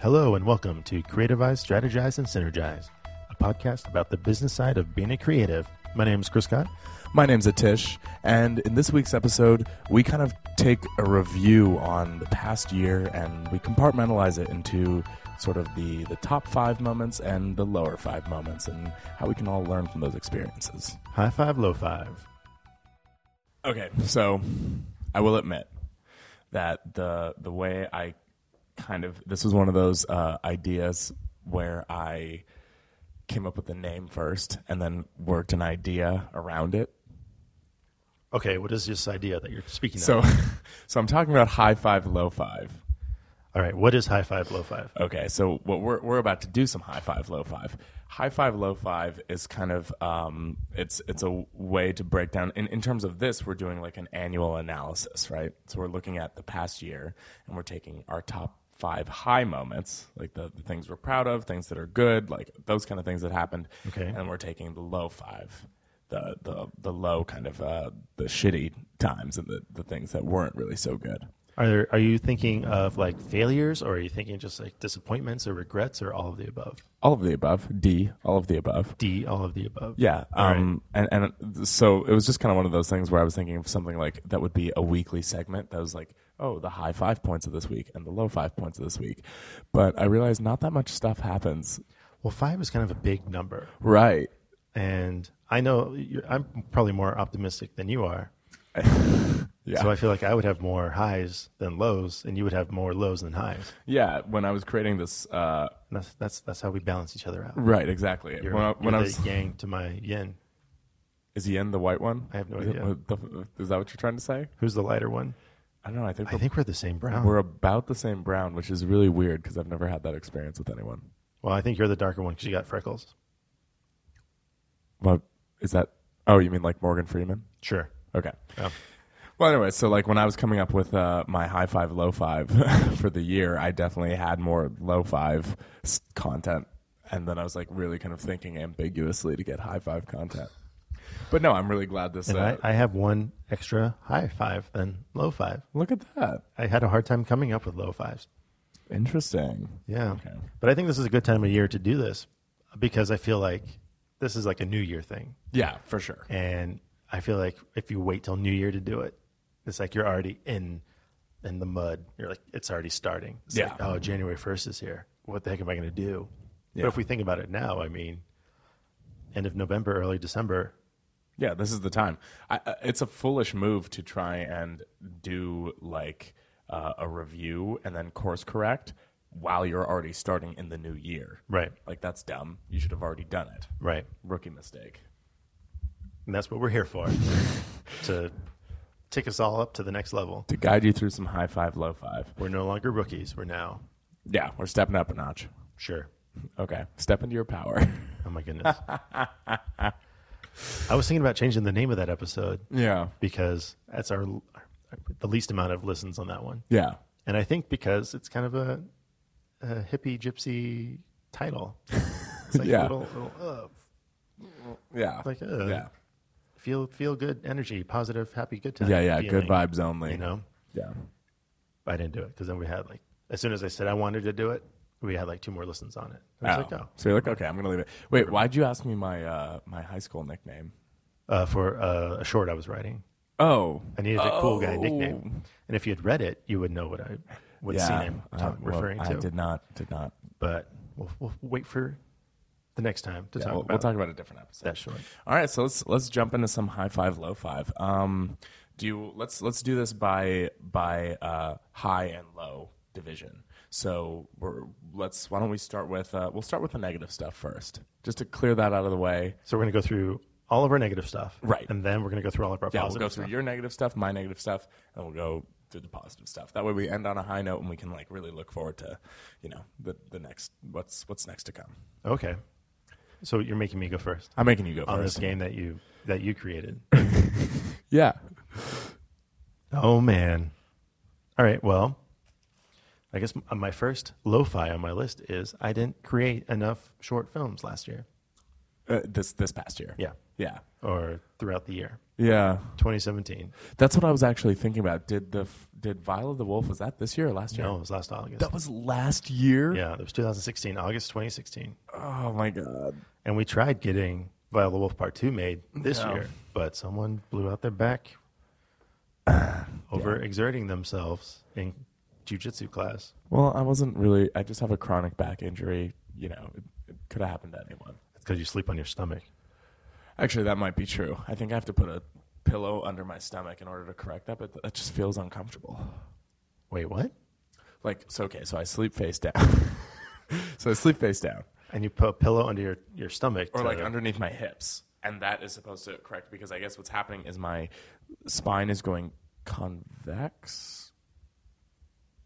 Hello and welcome to Creativize, Strategize, and Synergize, a podcast about the business side of being a creative. My name is Chris Scott. My name's Atish, and in this week's episode, we kind of take a review on the past year and we compartmentalize it into sort of the, the top five moments and the lower five moments and how we can all learn from those experiences. High five, low five. Okay, so I will admit that the the way I kind of this was one of those uh, ideas where I came up with the name first and then worked an idea around it Okay, what is this idea that you're speaking of? So, so I'm talking about high five, low five. All right, what is high five, low five? Okay, so what we're we're about to do some high five, low five. High five, low five is kind of um, it's it's a way to break down. In in terms of this, we're doing like an annual analysis, right? So we're looking at the past year and we're taking our top five high moments, like the, the things we're proud of, things that are good, like those kind of things that happened. Okay. and we're taking the low five. The, the the low kind of uh, the shitty times and the, the things that weren't really so good. Are there, are you thinking of like failures, or are you thinking just like disappointments or regrets, or all of the above? all of the above d all of the above D, all of the above. yeah right. um and and so it was just kind of one of those things where i was thinking of something like that would be a weekly segment that was like oh the high five points of this week and the low five points of this week but i realized not that much stuff happens Well, five is kind of a big number, right and I know you're, I'm probably more optimistic than you are. yeah So I feel like I would have more highs than lows, and you would have more lows than highs. yeah when i was creating this uh And that's that's that's how we balance each other out. right exactly You're, when i, when you're I the was yang to my yin. is he in the white one I have no Is it- idea. what the- is that what you're trying to say Who's the lighter one? i don't know i think, I we're, think we're the same brown. we're about the same brown which is really weird because i've never had that experience with anyone well, I think you're the darker one because you got freckles. Well, is that? Oh, you mean like Morgan Freeman? Sure. Okay. Yeah. Well, anyway, so like when I was coming up with uh, my high five, low five for the year, I definitely had more low five s- content, and then I was like really kind of thinking ambiguously to get high five content. But no, I'm really glad this. And Uh, I, I have one extra high five than low five. look at that. I had a hard time coming up with low fives. Interesting. Yeah. Okay. But I think this is a good time of year to do this because I feel like this is like a New Year thing. Yeah, for sure. And I feel like if you wait till New Year to do it, it's like you're already in in the mud. You're like it's already starting. It's Yeah. like, oh, January first is here. What the heck am I going to do? Yeah. But if we think about it now, I mean, end of November, early December. Yeah, this is the time. I, I- it's a foolish move to try and do like uh, a review and then course correct while you're already starting in the new year. Right. Like that's dumb. You should have already done it. Right. Rookie mistake. And that's what we're here for. to tick us all up to the next level. To guide you through some high five, low five. We're no longer rookies. We're now Yeah, we're stepping up a notch. sure. Okay, step into your power. Oh my goodness. I was thinking about changing the name of that episode yeah, because that's our the least amount of listens on that one. yeah. And I think because it's kind of a, a hippie gypsy title. It's like a Yeah. little, little, uh, Yeah. like uh, yeah. feel feel good energy, positive, happy, good time. Yeah, yeah. Good feeling, vibes only. You know, Yeah. I didn't do it because then we had like as soon as I said I wanted to do it, we had like two more listens on it. And I was Oh. like, So you're like, okay, I'm gonna leave it. Wait, why'd you ask me my uh, my high school nickname? oh, uh, for uh, a short I was writing, Oh, I needed a cool guy Oh. nickname, and if you had read it, you would know what I what scene I'm uh, talk- well, referring I to. did not. Did not. But we'll, we'll wait for the next time to Yeah, talk we'll, about we'll talk about a different episode. that short. All right, so let's let's jump into some high five, low five. Um, do you, let's let's do this by by uh, high and low division. So we're let's why don't we start with uh, we'll start with the negative stuff first, just to clear that out of the way. So we're going to go through all of our negative stuff. Right. And then we're going to go through all of our Yeah, we'll positive go through stuff. your negative stuff, my negative stuff, and we'll go through the positive stuff. That way, we end on a high note, and we can like really look forward to, you know, the the next what's what's next to come. Okay. So you're making me go first I'm making you go on first. this game that you that you created. Yeah. oh man. All right. Well, I guess m- my first lo-fi on my list is I didn't create enough short films last year Uh, this this past year. Yeah. Yeah. or throughout the year. Yeah, 2017. that's what I was actually thinking about. Did the f- did Viola the Wolf was that this year or last year? No, it was last August. That was last year. Yeah, it was 2016, August 2016. Oh my god. And we tried getting Viola Wolf Part 2 made this No. year, but someone blew out their back over exerting themselves in jujitsu class. Well, I wasn't really. I just have a chronic back injury. You know, it, it could have happened to anyone. It's because you sleep on your stomach. Actually, that might be true. I think I have to put a pillow under my stomach in order to correct that, but th- that just feels uncomfortable. Wait, what? Like, so okay, so I sleep face down. so I sleep face down, And you put a pillow under your, your stomach. or to- like underneath my hips, and that is supposed to correct because I guess what's happening is my spine is going convex.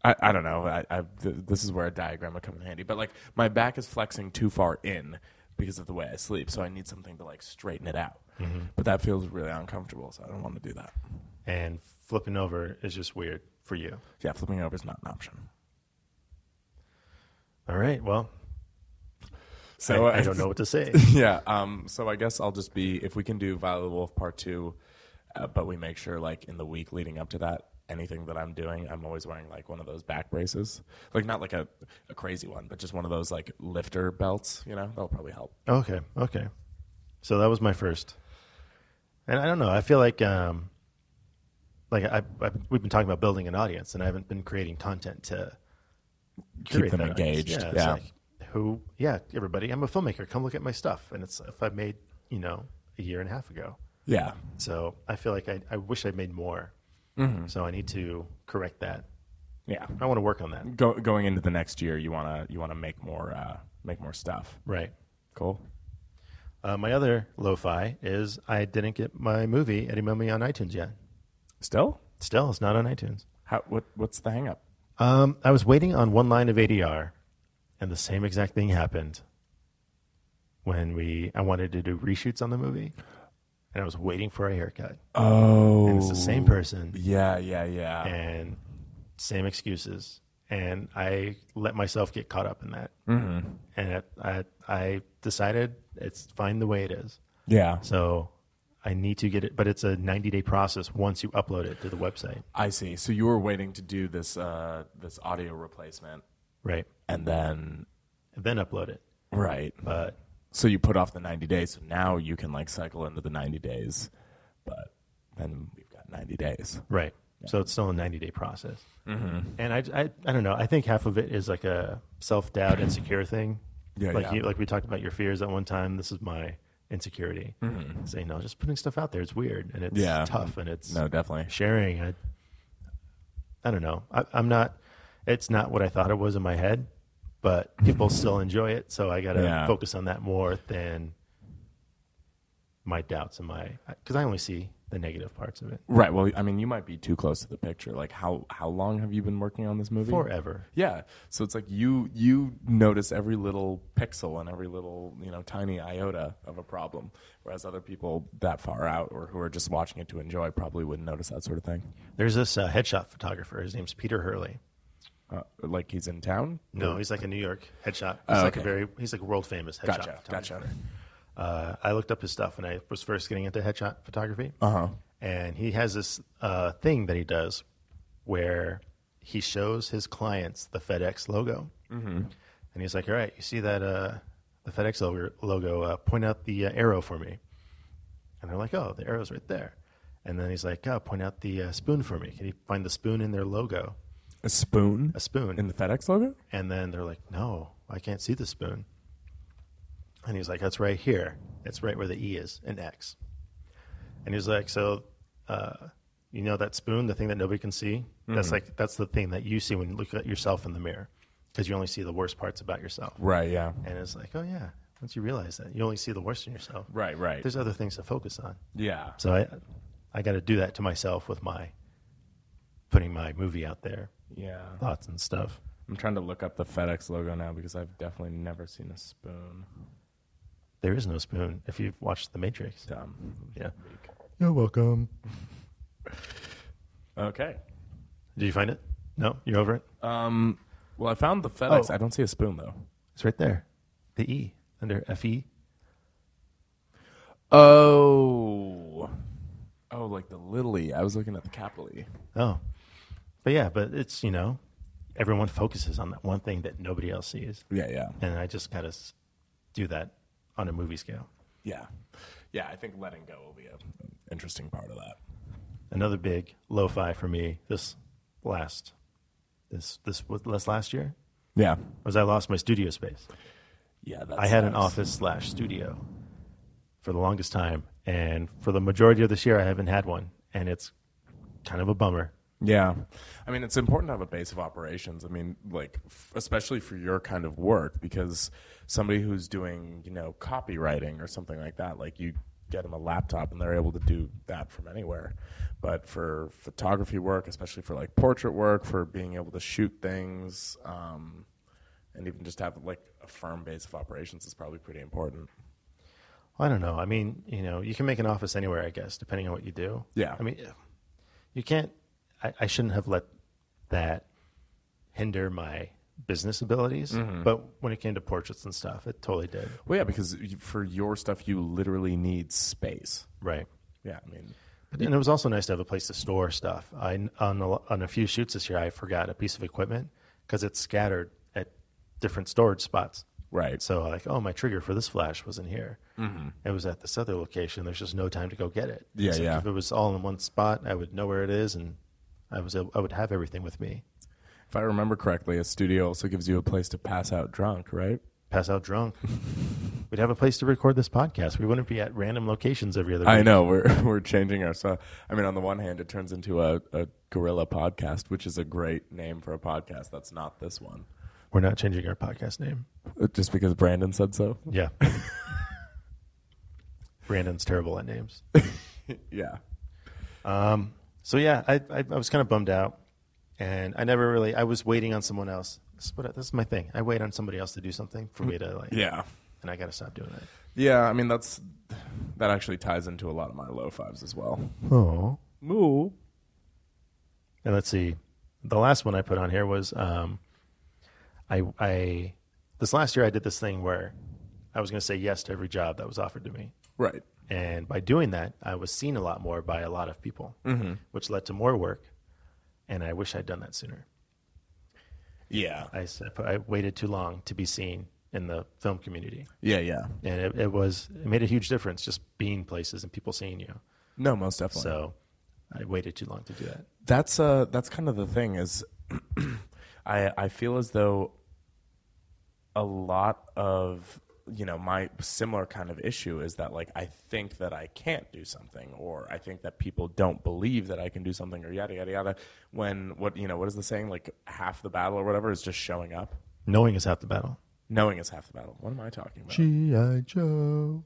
I, I don't know. I, I, th- this is where a diagram would come in handy. But like my back is flexing too far in because of the way I sleep, so I need something to like straighten it out. But that feels really uncomfortable, so I don't want to do that. and flipping over is just weird for you. Yeah, flipping over is not an option. All right, well, So I, I don't know what to say. Yeah. Um. So I guess I'll just be if we can do Violet the Wolf Part Two, uh, but we make sure like in the week leading up to that, anything that I'm doing, I'm always wearing like one of those back braces, like not like a, a crazy one, but just one of those like lifter belts. You know, that'll probably help. Okay, okay. So that was my first, and I don't know. I feel like, um, like I, I we've been talking about building an audience, and I haven't been creating content to curate them that audience. engaged, it's yeah. like, who? Yeah, everybody. I'm a filmmaker. Come look at my stuff, and it's stuff I made, you know, a year and a half ago. Yeah. So I feel like I, I wish I made more. Mm-hmm. So I need to correct that. Yeah. I want to work on that. Go, going into the next year, you wanna you wanna make more uh, make more stuff. Right. Cool. Uh, my other lo-fi is I didn't get my movie Eddie Mummy on iTunes yet. Still, Still, it's not on iTunes. how what what's the hang up? Um, I was waiting on one line of ADR, and the same exact thing happened when we I wanted to do reshoots on the movie, and I was waiting for a haircut. Oh, And it's the same person Yeah, yeah, yeah. and same excuses, and I let myself get caught up in that, and it, I I decided it's fine the way it is. yeah. So I need to get it, but it's a 90 day process once you upload it to the website, I see. So you were waiting to do this uh, this audio replacement, right? and then Then upload it, right. but So you put off the ninety days. So now you can like cycle into the ninety days, but then we've got ninety days. Right. So it's still a 90 day process. And I, I, I don't know. I think half of it is like a self doubt, insecure thing. Yeah, like yeah. You, like we talked about your fears at one time. This is my insecurity. Saying no, just putting stuff out there. It's weird and it's Yeah. tough and it's No, definitely. sharing. I, I don't know. I, I'm not. It's not what I thought it was in my head, but people still enjoy it. So I got to Yeah. focus on that more than my doubts and my because I only see the negative parts of it Right. Well, I mean, you might be too close to the picture. Like how how long have you been working on this movie? forever. Yeah. So it's like you you notice every little pixel and every little, you know, tiny iota of a problem. Whereas other people that far out or who are just watching it to enjoy probably wouldn't notice that sort of thing. There's this uh, headshot photographer. His name's Peter Hurley. Uh, like he's in town? No, he's like a New York headshot. He's Oh, like a okay. very he's like world famous headshot. Gotcha. photographer. Gotcha. Uh, I looked up his stuff when I was first getting into headshot photography, Uh huh. and he has this uh, thing that he does where he shows his clients the FedEx logo, Mm-hmm. and he's like, "All right, you see that uh, the FedEx logo? logo uh, point out the uh, arrow for me." And they're like, "Oh, the arrow's right there." And then he's like, oh, "Point out the uh, spoon for me. Can you find the spoon in their logo? A spoon A spoon." in the FedEx logo? And then they're like, no, I can't see the spoon. And he's like, that's right here. It's right where the E is and X. And he's like, so uh, you know that spoon, the thing that nobody can see? That's like, that's the thing that you see when you look at yourself in the mirror because you only see the worst parts about yourself. Right. Yeah. And it's like, oh, yeah. Once you realize that, you only see the worst in yourself. Right. Right. There's other things to focus on. yeah. So I, I got to do that to myself with my putting my movie out there, Yeah. thoughts and stuff. I'm trying to look up the FedEx logo now because I've definitely never seen a spoon. There is no spoon if you've watched The Matrix. Dumb. Yeah. Weak. You're welcome. Okay. Did you find it? No, you're over it. Um, well, I found the FedEx. Oh. I don't see a spoon though. It's right there. The E under F E. Oh. Oh, like the little E. I was looking at the capital E. Oh, but yeah, but it's you know, everyone focuses on that one thing that nobody else sees, Yeah, yeah. and I just gotta s- do that on a movie scale. Yeah. Yeah, I think letting go will be an interesting part of that. Another big lo-fi for me this last this this was last last year Yeah. was I lost my studio space. Yeah, that's I had an nice. office slash studio for the longest time, and for the majority of this year, I haven't had one, and it's kind of a bummer. Yeah. I mean, it's important to have a base of operations. I mean, like, f- especially for your kind of work, because somebody who's doing, you know, copywriting or something like that, like, you get them a laptop and they're able to do that from anywhere. But for photography work, especially for like portrait work, for being able to shoot things, um, and even just have like a firm base of operations is probably pretty important. I don't know. I mean, you know, you can make an office anywhere, I guess, depending on what you do. Yeah. I mean, you can't. I, I shouldn't have let that hinder my business abilities. But when it came to portraits and stuff, it totally did. Well, yeah, because you- for your stuff, you literally need space. Right. Yeah, I mean, And it was also nice to have a place to store stuff. I on a, on a few shoots this year, I forgot a piece of equipment because it's scattered at different storage spots. right. So like, oh, my trigger for this flash wasn't here. It was at this other location. There's just no time to go get it. Mm-hmm. Yeah, It's like yeah. If it was all in one spot, I would know where it is, and I was able, I would have everything with me. If I remember correctly, a studio also gives you a place to pass out drunk, right? Pass out drunk. We'd have a place to record this podcast. We wouldn't be at random locations every other. I week. know we're we're changing our. So, I mean, on the one hand, it turns into a, a gorilla podcast, which is a great name for a podcast. That's not this one, We're not changing our podcast name. Uh, just because Brandon said so. Yeah. Brandon's terrible at names. Yeah, So yeah, I I, I was kind of bummed out, and I never really I was waiting on someone else. This is, what, this is my thing. I wait on somebody else to do something for me to like. yeah, And I got to stop doing that. yeah. I mean, that's that actually ties into a lot of my low fives as well. Oh. Moo. And let's see. The last one I put on here was um, I I this last year I did this thing where I was going to say yes to every job that was offered to me, Right. and by doing that, I was seen a lot more by a lot of people, Mm-hmm. which led to more work. And I wish I'd done that sooner. Yeah. I s- I put- I waited too long to be seen in the film community, Yeah. Yeah. and it, it was it made a huge difference just being places and people seeing you. No, most definitely. So I waited too long to do that. that's uh that's kind of the thing is i i feel as though a lot of you know my similar kind of issue is that like i think that i can't do something or i think that people don't believe that i can do something or yada yada yada when what you know what is the saying like half the battle or whatever is just showing up Knowing is half the battle. knowing is half the battle what am i talking about G.I. Joe.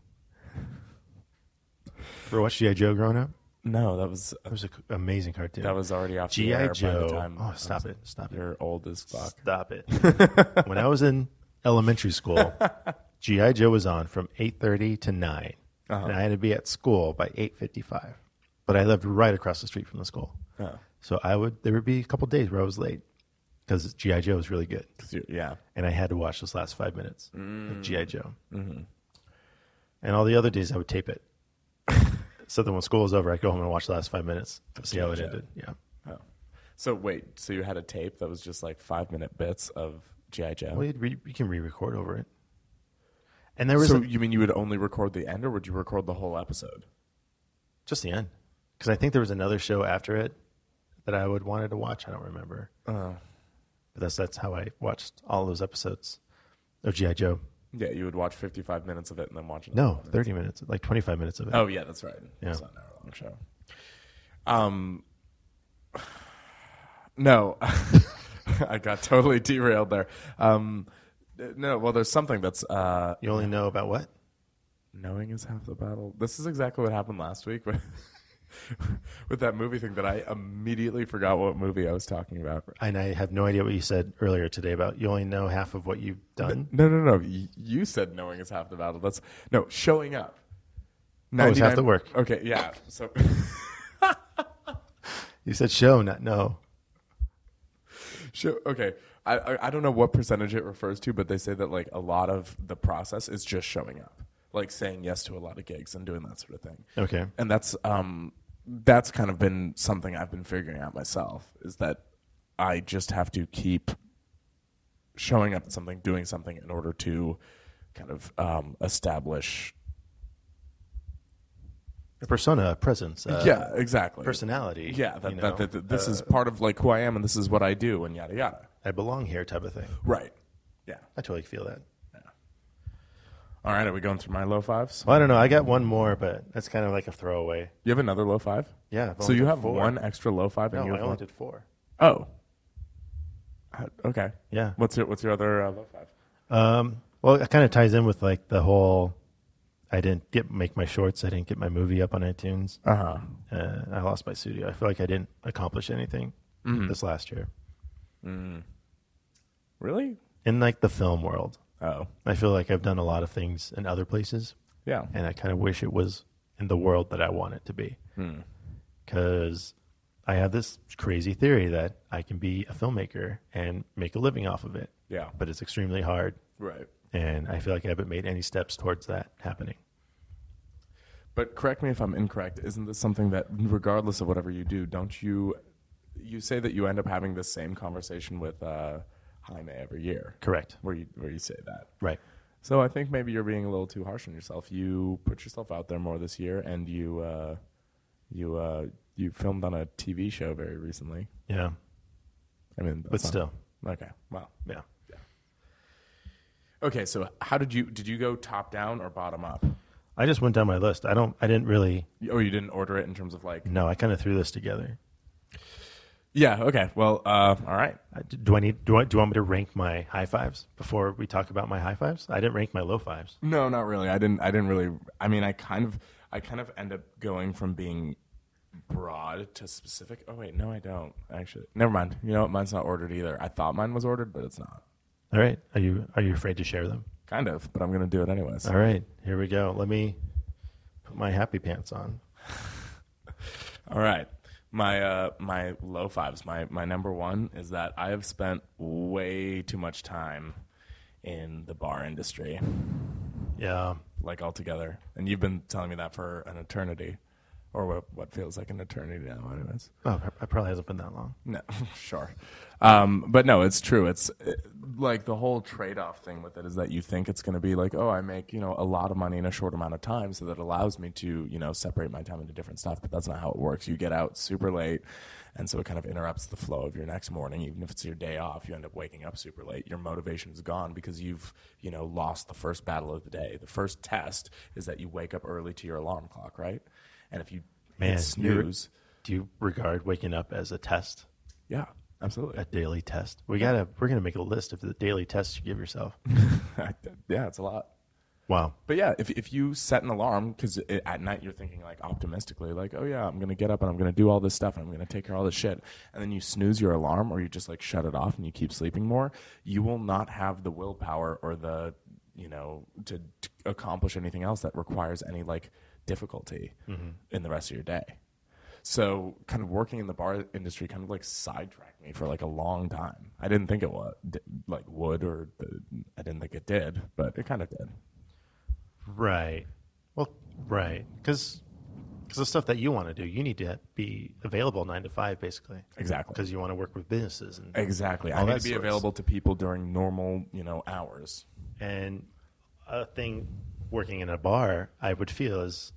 Ever watched G.I. Joe growing up? no that was That was an amazing cartoon. that was already off the G.I. air by the Joe. time Oh, stop it. Stop it. you're old as fuck Stop it. when I was in elementary school, G.I. Joe was on from 8.30 to 9. And I had to be at school by 8.55. But I lived right across the street from the school. Oh. So I would, there would be a couple days where I was late because G.I. Joe was really good. 'Cause you- yeah and I had to watch those last five minutes of GI Joe. And all the other days, I would tape it. so then when school was over, I'd go home and watch the last five minutes to see how it G.I. Joe. ended. Yeah, Oh. So wait, so you had a tape that was just like five minute bits of G.I. Joe? well, you'd re- you can re-record over it. And there was so a- you mean you would only record the end or would you record the whole episode? just the end because I think there was another show after it that I would wanted to watch. I don't remember, Oh. but that's that's how I watched all those episodes of GI Joe. Yeah, you would watch fifty five minutes of it and then watch it. No, thirty minutes, like twenty-five minutes of it. Oh yeah, that's right. Yeah. It's not an hour long show. Um No. I got totally derailed there. Um no, well there's something that's uh You only know about what? Knowing is half the battle. This is exactly what happened last week with, with that movie thing that I immediately forgot what movie I was talking about. And I have no idea what you said earlier today about you only know half of what you've done. No, no, no. Y- You said knowing is half the battle. That's no showing up. Oh, it's half 99 the work. Okay, yeah. So You said show, not know. show, okay. I, I I don't know what percentage it refers to, but they say that like a lot of the process is just showing up, like saying yes to a lot of gigs and doing that sort of thing. Okay. and that's um that's kind of been something I've been figuring out myself is that I just have to keep showing up at something, doing something in order to kind of um, establish. A persona, a presence, uh, yeah, exactly. personality. Yeah, that, you know, Uh, that, that, that this is part of like who I am and this is what I do and yada yada. I belong here type of thing. Right. Yeah. I totally feel that. All right. Are we going through my low fives? Well, I don't know. I got one more, but that's kind of like a throwaway. You have another low five? Yeah. I've So only you done have four. one extra low five and No, you I have only one. did four. Oh. Uh, Okay. Yeah. What's your What's your other uh, low five? Um, well, it kind of ties in with like the whole. I didn't get make my shorts. I didn't get my movie up on iTunes. Uh huh. Uh, I lost my studio. I feel like I didn't accomplish anything this last year Really? in like the film world. Oh. I feel like I've done a lot of things in other places, Yeah. and I kind of wish it was in the world that I want it to be. Because I have this crazy theory that I can be a filmmaker and make a living off of it, Yeah. but it's extremely hard. Right. And I feel like I haven't made any steps towards that happening. But correct me if I'm incorrect. Isn't this something that, regardless of whatever you do, don't you you say that you end up having this same conversation with uh, Jaime every year? Correct. Where you Where you say that. Right. So I think maybe you're being a little too harsh on yourself. You put yourself out there more this year, and you uh, you uh, you filmed on a TV show very recently. Yeah. I mean, But that's not- still, okay. Wow. yeah. Okay, so how did you did you go top down or bottom up? I just went down my list. I don't, I didn't really, Or you didn't order it in terms of like? no, I kind of threw this together. Yeah. Okay. Well. Uh, all right. I- Do I need, do, I, do you want me to rank my high fives before we talk about my high fives? I didn't rank my low fives. No, not really. I didn't. I didn't really. I mean, I kind of. I kind of end up going from being broad to specific. Oh wait, no, I don't actually. Never mind. You know what? Mine's not ordered either. I thought mine was ordered, but it's not. All right. Are you, are you afraid to share them? Kind of, but I'm gonna do it anyways. All right, here we go. Let me put my happy pants on. All right. My uh, my low fives. My my number one is that I have spent way too much time in the bar industry, Yeah, like altogether. And you've been telling me that for an eternity, or what, what feels like an eternity now, anyways. oh, it probably hasn't been that long. No, sure. Um, but no, it's true. It's uh like the whole trade off thing with it is that you think it's going to be like, oh, I make, you know, a lot of money in a short amount of time. So that allows me to, you know, separate my time into different stuff. But that's not how it works. You get out super late. And so it kind of interrupts the flow of your next morning. Even if it's your day off, you end up waking up super late. Your motivation is gone because you've, you know, lost the first battle of the day. The first test is that you wake up early to your alarm clock, right? And if you Man, hit you're- snooze, Do you regard waking up as a test, yeah, absolutely. a daily test? We gotta, we're gonna make a list of the daily tests you give yourself. yeah, it's a lot. Wow. But yeah, if if you set an alarm because at night you're thinking like optimistically, like oh yeah, I'm gonna get up and I'm gonna do all this stuff and I'm gonna take care of all this shit, and then you snooze your alarm or you just like shut it off and you keep sleeping more, you will not have the willpower or the you know to, to accomplish anything else that requires any like difficulty in the rest of your day. So kind of working in the bar industry kind of like sidetracked me for like a long time. I didn't think it would like would or uh, I didn't think it did, but it kind of did. Right. Well, right. Because the stuff that you want to do, you need to be available nine to five, basically. Exactly. Because you want to work with businesses and Exactly. all I need that to be sorts. available to people during normal, you know, hours. And a thing working in a bar, I would feel is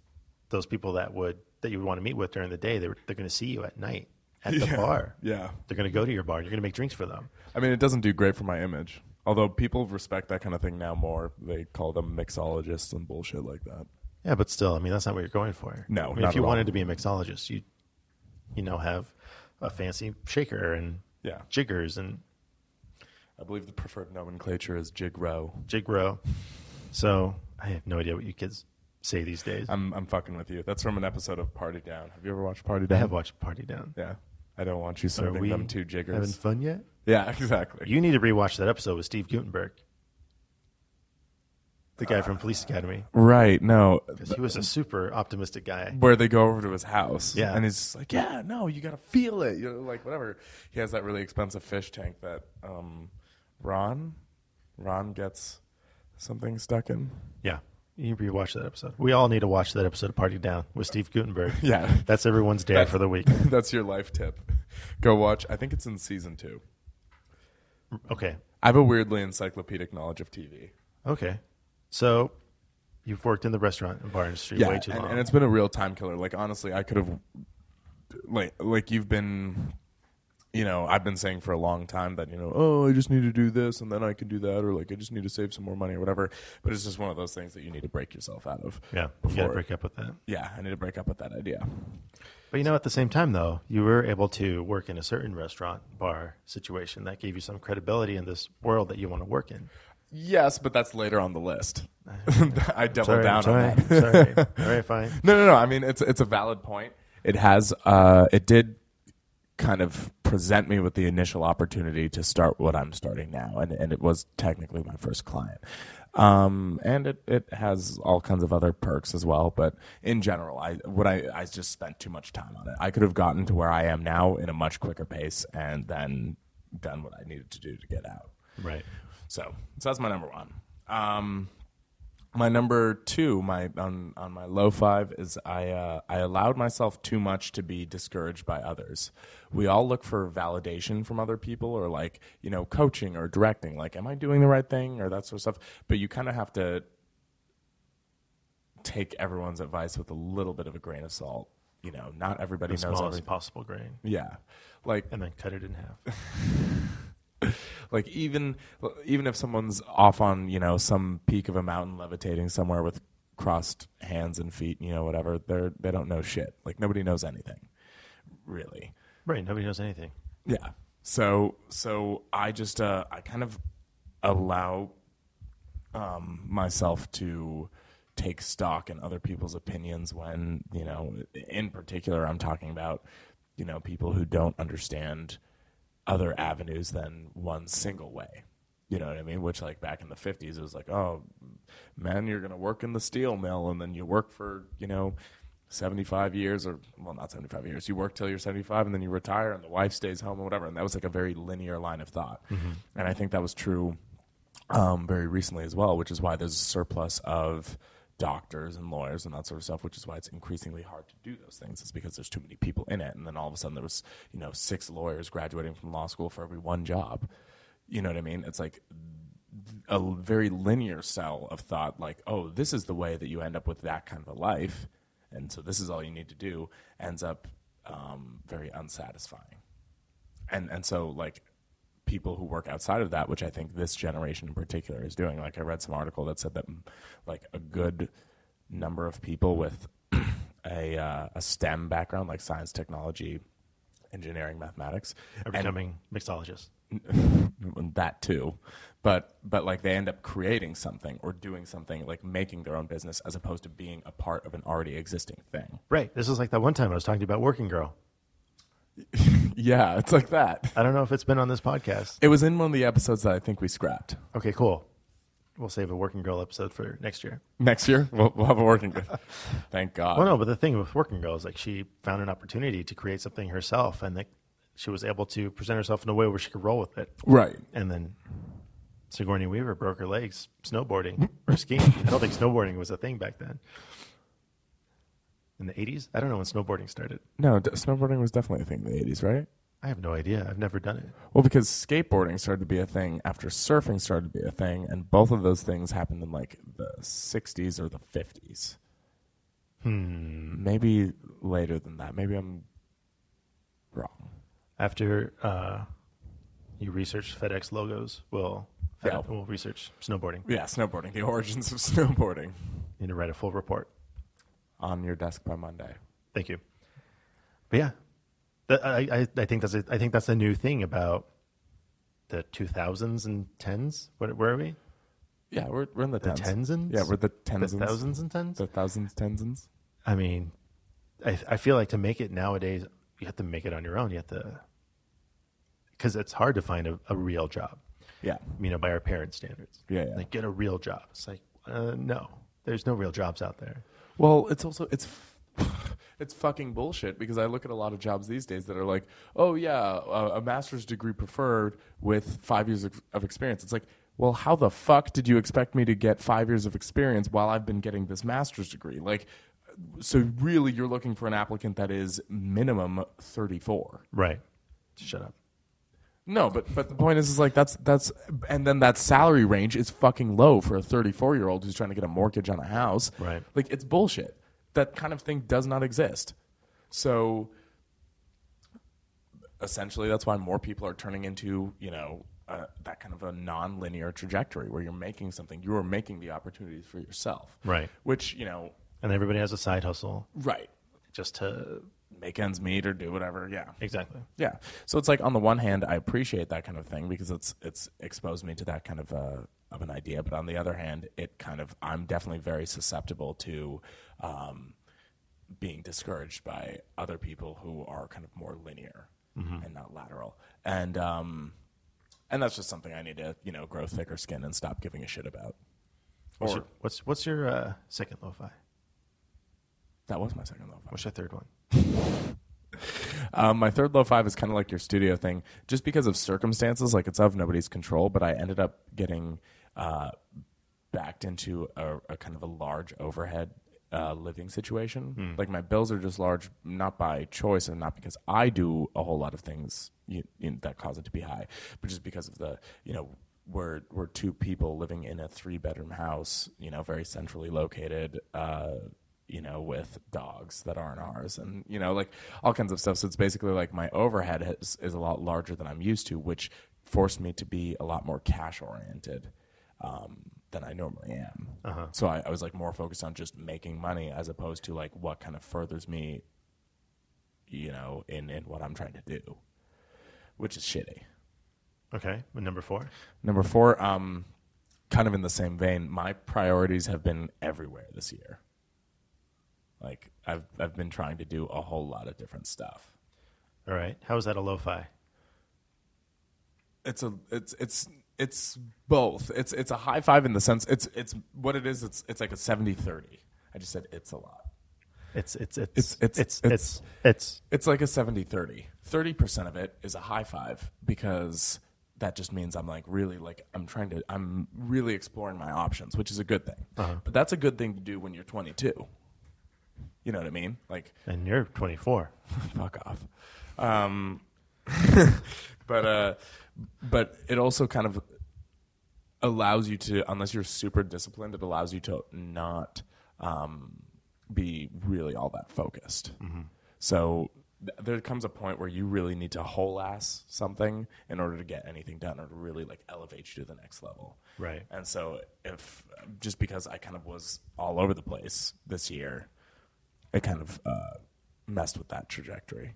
those people that would that you would want to meet with during the day, they're they're going to see you at night at the bar. Yeah. They're going to go to your bar. and You're going to make drinks for them. I mean, it doesn't do great for my image. Although people respect that kind of thing now more. They call them mixologists and bullshit like that. Yeah, but still, I mean, that's not what you're going for. No, I mean, not if you at all. wanted to be a mixologist, you you know have a fancy shaker and Yeah. jiggers and I believe the preferred nomenclature is jig row. jig row. So I have no idea what you kids say these days. I'm, I'm fucking with you. That's from an episode of Party Down. Have you ever watched Party Down? I have watched Party Down. Yeah. I don't want you Are serving we them two jiggers. having fun yet? Yeah, exactly. You need to rewatch that episode with Steve Gutenberg, the guy from Police Academy. right. No. 'Cause He was a super optimistic guy. where they go over to his house. Yeah. And he's just like, yeah, no, you got to feel it. You know, like, whatever. He has that really expensive fish tank that um, Ron, Ron gets something stuck in. Yeah, You rewatch that episode. We all need to watch that episode of Party Down with Steve Gutenberg. Yeah. That's everyone's dare That's- for the week. That's your life tip. Go watch. I think it's in season two. Okay. I have a weirdly encyclopedic knowledge of TV. Okay. So you've worked in the restaurant and bar industry way too and, long. and it's been a real time killer. Like honestly, I could have, like, like you've been, you know, I've been saying for a long time that you know, oh, I just need to do this and then I can do that, or like I just need to save some more money or whatever. But it's just one of those things that you need to break yourself out of. yeah. You got before- to break up with that. Yeah, I need to break up with that idea. But you know, at the same time, though, you were able to work in a certain restaurant, bar situation that gave you some credibility in this world that you want to work in. Yes, but that's later on the list. I double Sorry, down I'm sorry, on that. I'm sorry. All right, fine. No, no, no. I mean, it's it's a valid point. It has. Uh, it did kind of present me with the initial opportunity to start what I'm starting now, and and it was technically my first client. Um, and it, it has all kinds of other perks as well, but in general, I what I I just spent too much time on it. I could have gotten to where I am now in a much quicker pace, and then done what I needed to do to get out. Right. So, so that's my number one. Um, my number two, my on, on my low five is I uh, I allowed myself too much to be discouraged by others. We all look for validation from other people, or like you know, coaching or directing. Like, am I doing the right thing, or that sort of stuff. But you kind of have to take everyone's advice with a little bit of a grain of salt. You know, not everybody The knows smallest everything. possible grain, Yeah, like and then cut it in half. like even even if someone's off on you know some peak of a mountain levitating somewhere with crossed hands and feet you know whatever they're they don't know shit like nobody knows anything really Right. Nobody knows anything. yeah so so i just uh i kind of allow um myself to take stock in other people's opinions when you know in particular i'm talking about you know people who don't understand other avenues than one single way. You know what I mean? Which, like back in the fifties, it was like, oh, man, you're gonna work in the steel mill, and then you work for you know, seventy five years, or well, not seventy five years. You work till you're seventy five, and then you retire, and the wife stays home, or whatever. And that was like a very linear line of thought, and I think that was true um, very recently as well, which is why there's a surplus of doctors and lawyers and that sort of stuff, which is why it's increasingly hard to do those things. It's because there's too many people in it, and then all of a sudden there was you know six lawyers graduating from law school for every one job. You know what I mean? It's like a very linear cell of thought, like oh, this is the way that you end up with that kind of a life, and so this is all you need to do, ends up um, very unsatisfying and and so like people who work outside of that which i think this generation in particular is doing like i read some article that said that mm, like a good number of people with a uh, a stem background like science technology engineering mathematics Are becoming mixologists. that too but but like they end up creating something or doing something like making their own business as opposed to being a part of an already existing thing Right. This is like that one time I was talking to you about Working Girl. yeah it's like that I don't know if it's been on this podcast. it was in one of the episodes that i think we scrapped Okay, cool. We'll save a Working Girl episode for next year. next year we'll, we'll have a working group thank god Well, no, but the thing with Working Girl is like she found an opportunity to create something herself, and that she was able to present herself in a way where she could roll with it. right And then Sigourney Weaver broke her legs snowboarding or skiing. I don't think snowboarding was a thing back then. In the 80s? I don't know when snowboarding started. no d- snowboarding was definitely a thing in the 80s right I have no idea. I've never done it. well because skateboarding started to be a thing after surfing started to be a thing and both of those things happened in like the 60s or the 50s hmm maybe later than that maybe i'm wrong After uh, you research FedEx logos, we'll, Fed- Yeah. we'll research snowboarding. yeah snowboarding the origins of snowboarding You need to write a full report. on your desk by monday Thank you. But yeah, That- I, I, I think that's a, I think that's a new thing about the 2000s and 10s. What, where are we? yeah we're, we're in the, The tens. tensins? yeah we're the The tensins thousands and tens? the thousands tensins I mean, I, I feel like to make it nowadays, you have to make it on your own. You have to, because it's hard to find a, a real job, yeah you know, by our parents' standards. Yeah, yeah. Like, get a real job. It's like, uh, no, there's no real jobs out there. Well, it's also it's it's fucking bullshit because I look at a lot of jobs these days that are like, oh yeah, a, a master's degree preferred with five years of, of experience. It's like, well, how the fuck did you expect me to get five years of experience while I've been getting this master's degree? Like, so really, you're looking for an applicant that is minimum 34. Right. Shut up. No, but but the point is, is like that's that's and then that salary range is fucking low for a 34 year old who's trying to get a mortgage on a house. Right. Like it's bullshit. That kind of thing does not exist. So essentially, that's why more people are turning into you know uh, that kind of a non-linear trajectory where you're making something. You are making the opportunities for yourself. Right. Which you know. And everybody has a side hustle Right. just to Make ends meet or do whatever. Yeah. exactly. Yeah. So it's like on the one hand, I appreciate that kind of thing because it's it's exposed me to that kind of uh, of an idea. But on the other hand, it kind of I'm definitely very susceptible to um, being discouraged by other people who are kind of more linear and not lateral. And um, and that's just something I need to you know grow thicker skin and stop giving a shit about. What's Or- your, what's what's your uh, second lo-fi? That was my second love. What's your third one? Um, my third low five is kind of like your studio thing, just because of circumstances. Like it's of nobody's control, but I ended up getting uh, backed into a, a kind of a large overhead uh, living situation. Like my bills are just large, not by choice and not because I do a whole lot of things you, you know, that cause it to be high, but just because of the you know we're we're two people living in a three bedroom house, you know, very centrally located. Uh, you know, with dogs that aren't ours and, you know, like all kinds of stuff. So it's basically like my overhead has, is a lot larger than I'm used to, which forced me to be a lot more cash oriented um, than I normally am. So I, I was like more focused on just making money as opposed to like what kind of furthers me, you know, in, in what I'm trying to do, which is shitty. Okay, and number four. Number four, um, kind of in the same vein, my priorities have been everywhere this year. Like I've I've been trying to do a whole lot of different stuff. All right, how is that a lo-fi? It's a it's it's it's both. It's it's a high five in the sense it's it's what it is. It's it's like a 70-30. I just said it's a lot. It's it's it's It's- it's- it's it's- it's it's It's like a 70 30. 30% of it is a high five because that just means I'm like really like I'm trying to I'm really exploring my options, which is a good thing. But that's a good thing to do when you're 22. You know what I mean? Like and you're 24. fuck off. Um, but uh, but it also kind of allows you to, unless you're super disciplined, it allows you to not um, be really all that focused. So th- there comes a point where you really need to whole ass something in order to get anything done or to really like elevate you to the next level. Right. And so if just because I kind of was all over the place this year, it kind of uh, messed with that trajectory.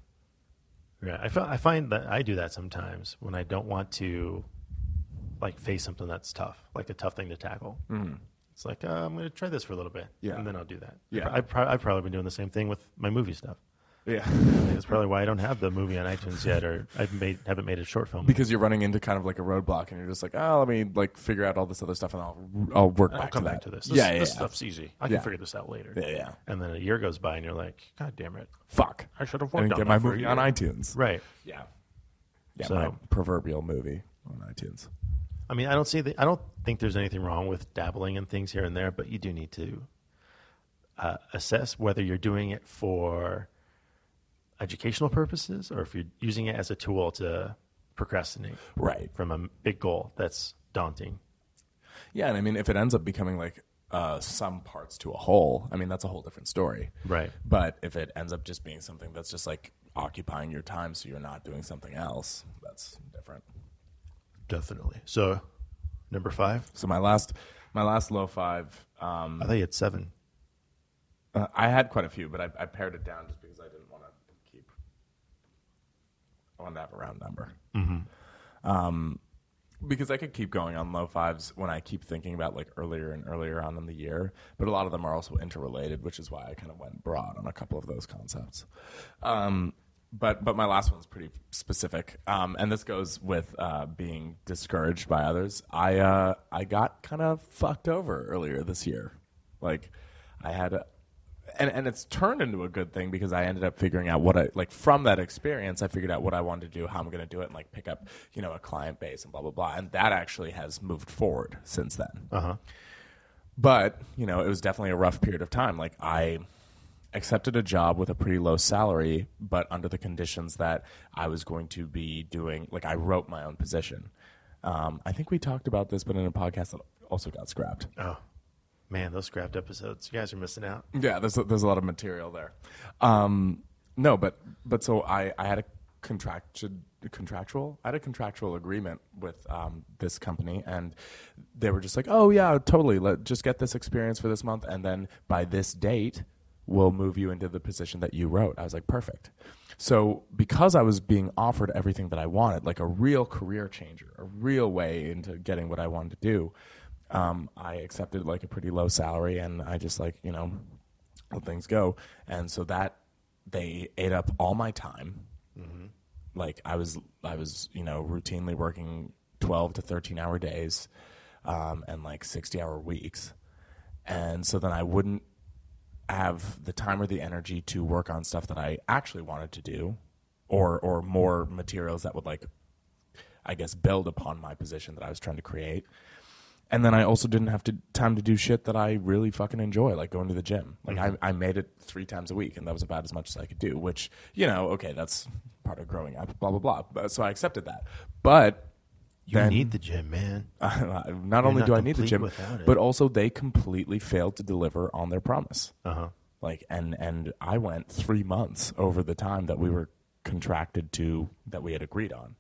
Yeah, I, fi- I find that I do that sometimes when I don't want to like face something that's tough, like a tough thing to tackle. Mm. It's like uh, I'm going to try this for a little bit, Mm-hmm. Yeah. and then I'll do that. Yeah. I pro- I've probably been doing the same thing with my movie stuff. Yeah. I think that's probably why I don't have the movie on iTunes yet, or I've made haven't made a short film. Because you're running into kind of like a roadblock, and you're just like, oh, let me like figure out all this other stuff, and I'll I'll work I'll back come to back that. to this. this Yeah, yeah, this yeah. stuff's easy. I can Yeah. figure this out later. Yeah, yeah. And then a year goes by, and you're like, God damn it, Fuck. I should have I worked didn't on get that my for a movie year. on iTunes. Right. Yeah. Yeah. So- My proverbial movie on iTunes. I mean, I don't see the, I don't think there's anything wrong with dabbling in things here and there, but you do need to uh, assess whether you're doing it for educational purposes or if you're using it as a tool to procrastinate Right. from a big goal that's daunting. Yeah, and I mean, if it ends up becoming like uh, some parts to a whole, I mean, that's a whole different story. Right. But if it ends up just being something that's just like occupying your time, so you're not doing something else, that's different. Definitely. So, number five. So my last, my last low five. Um, I thought you had seven. Uh, I had quite a few, but I, I pared it down just because I didn't want to keep. I wanted to have a round number. Mm-hmm. Um, because I could keep going on low fives when I keep thinking about like earlier and earlier on in the year, but a lot of them are also interrelated, which is why I kind of went broad on a couple of those concepts. Um, but but my last one's pretty specific, um, and this goes with uh, being discouraged by others. I uh, I got kind of fucked over earlier this year, like I had a, and, and it's turned into a good thing because I ended up figuring out what I like from that experience. I figured out what I wanted to do, how I'm going to do it, and like pick up you know a client base and blah blah blah. And that actually has moved forward since then. Uh huh. But you know, it was definitely a rough period of time. Like I accepted a job with a pretty low salary, but under the conditions that I was going to be doing. Like I wrote my own position. Um, I think we talked about this, but in a podcast that also got scrapped. Oh, man, those scrapped episodes. You guys are missing out. Yeah, there's a, there's a lot of material there. Um, no, but but so I, I had a contracted contractual I had a contractual agreement with um, this company, and they were just like, oh yeah, totally. Let just get this experience for this month, and then by this date, we'll move you into the position that you wrote. I was like, perfect. So because I was being offered everything that I wanted, like a real career changer, a real way into getting what I wanted to do, um, I accepted like a pretty low salary and I just like, you know, let things go. And so that they ate up all my time. Like I was, I was, you know, routinely working 12 to 13 hour days, um, and like 60 hour weeks. And so then I wouldn't have the time or the energy to work on stuff that I actually wanted to do or, or more materials that would like, I guess, build upon my position that I was trying to create and then I also didn't have to time to do shit that I really fucking enjoy, like going to the gym. Like Mm-hmm. I, I made it three times a week, and that was about as much as I could do. Which you know, okay, that's part of growing up. Blah blah blah. But, so I accepted that. But You Then- need the gym, man. not only not do I need complete the gym, without it. but also they completely failed to deliver on their promise. Uh huh. Like and and I went three months over the time that we were contracted to that we had agreed on,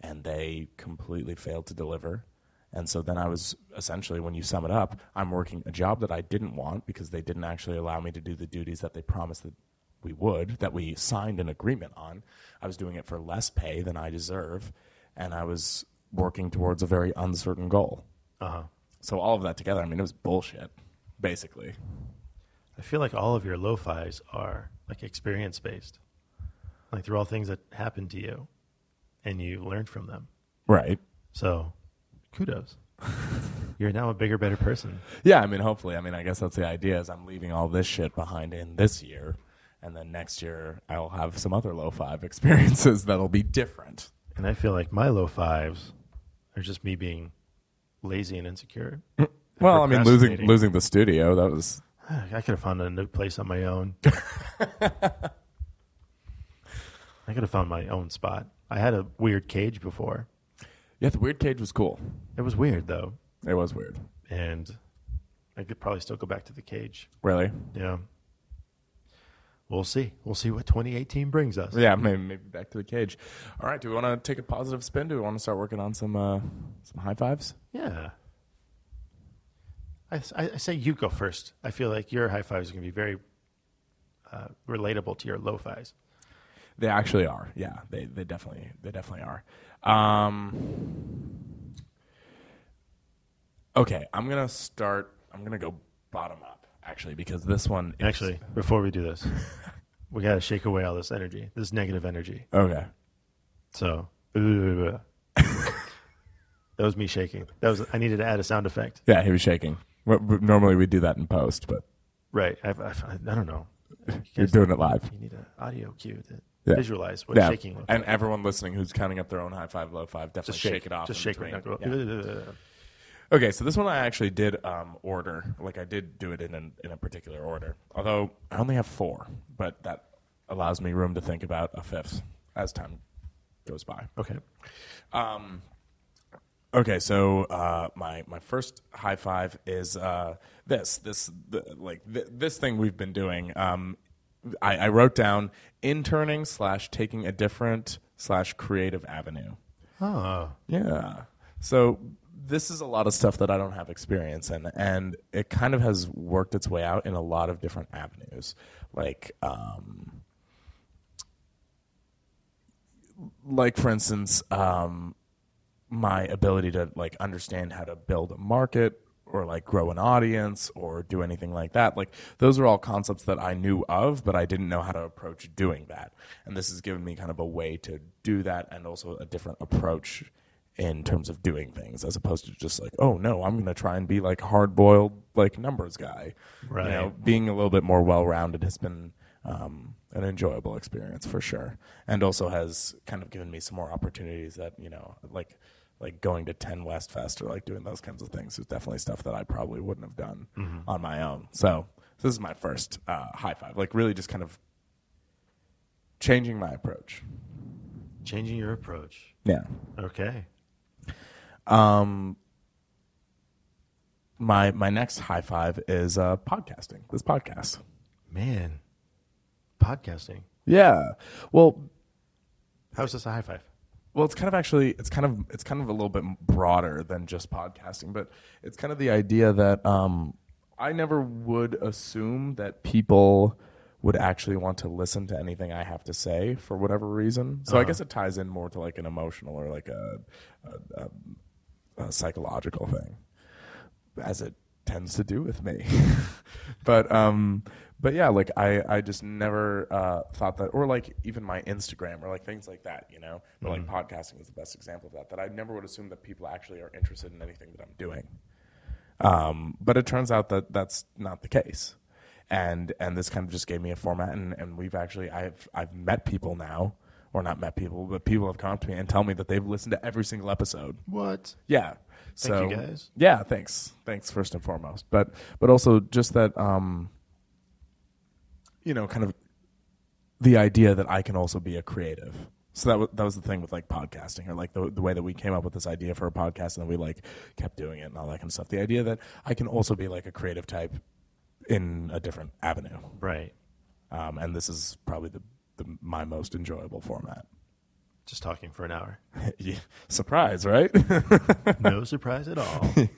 and they completely failed to deliver. And so then I was essentially, when you sum it up, I'm working a job that I didn't want because they didn't actually allow me to do the duties that they promised that we would, that we signed an agreement on. I was doing it for less pay than I deserve, and I was working towards a very uncertain goal. Uh huh. So all of that together, I mean, it was bullshit, basically. I feel like all of your lo-fi's are like experience based. Like they're all things that happened to you and you learned from them. Right. So kudos. You're now a bigger, better person. Yeah, I mean, hopefully. I mean, I guess that's the idea is I'm leaving all this shit behind in this year, and then next year I'll have some other low five experiences that'll be different. And I feel like my low fives are just me being lazy and insecure. Well, I mean, losing Procrastinating. losing the studio that was I could have found a new place on my own. I could have found my own spot. I had a weird cage before. yeah. The weird cage was cool. It was weird though, It was weird. and I could probably still go back to the cage. Really? Yeah. We'll see. We'll see what 2018 brings us. Yeah. Maybe, maybe back to the cage. All right. Do we want to take a positive spin? Do we want to start working on some uh, some high fives? Yeah. I, I, I say you go first. I feel like your high fives are going to be very uh, relatable to your low fives. They actually are. Yeah, they they definitely they definitely are. Um, okay, I'm gonna start. I'm gonna go bottom up actually because this one is, Actually, before we do this, we got to shake away all this energy, this negative energy. okay. So that was me shaking. That was I needed to add a sound effect. Yeah, he was shaking. W- w- Normally we do that in post, but Right. I, I, I don't know. You you're guys- doing it live. you need an audio cue to Yeah. visualize what Yeah, shaking looks like. and everyone listening who's counting up their own high five, low five, definitely Just shake, it off. Just in shake it. between. Not Yeah. go- Okay, so this one I actually did um, order. Like I did do it in an, in a particular order. Although I only have four, but that allows me room to think about a fifth as time goes by. Okay. Okay, so uh, my my first high five is uh, this this the, like th- this thing we've been doing. Um, I, I wrote down interning slash taking a different slash creative avenue. Oh. Yeah. So this is a lot of stuff that I don't have experience in, and it kind of has worked its way out in a lot of different avenues, like um, like for instance, um, my ability to like understand how to build a market or like grow an audience or do anything like that like those are all concepts that i knew of but i didn't know how to approach doing that and this has given me kind of a way to do that and also a different approach in terms of doing things as opposed to just like oh no i'm going to try and be like hard boiled like numbers guy Right. you know being a little bit more well rounded has been um, an enjoyable experience for sure and also has kind of given me some more opportunities that you know like like going to 10 west fest or like doing those kinds of things is definitely stuff that i probably wouldn't have done on my own so this is my first uh, high five like really just kind of changing my approach Changing your approach. yeah Okay. my my next high five is uh, podcasting. This podcast. Man, podcasting. Yeah. Well, How's this a high five? well, it's kind of actually it's kind of it's kind of a little bit broader than just podcasting, but it's kind of the idea that um, I never would assume that people would actually want to listen to anything I have to say for whatever reason. So I guess it ties in more to like an emotional or like a, a, a, a psychological thing. as it tends to do with me. but um but yeah, like I I just never uh thought that or like even my Instagram or like things like that, you know. But like podcasting is the best example of that that I never would assume that people actually are interested in anything that I'm doing. Um but it turns out that that's not the case. And and this kind of just gave me a format and and we've actually I've I've met people now or not met people, but people have come up to me and tell me that they've listened to every single episode. What? Yeah. Thank so, you, guys. Yeah, thanks. Thanks first and foremost. But but also just that um you know, kind of the idea that I can also be a creative. So that was, that was the thing with like podcasting or like the, the way that we came up with this idea for a podcast and then we like kept doing it and all that kind of stuff. The idea that I can also be like a creative type in a different avenue. Right. Um, and this is probably the, the my most enjoyable format. Just talking for an hour. Yeah. Surprise, right? No surprise at all. all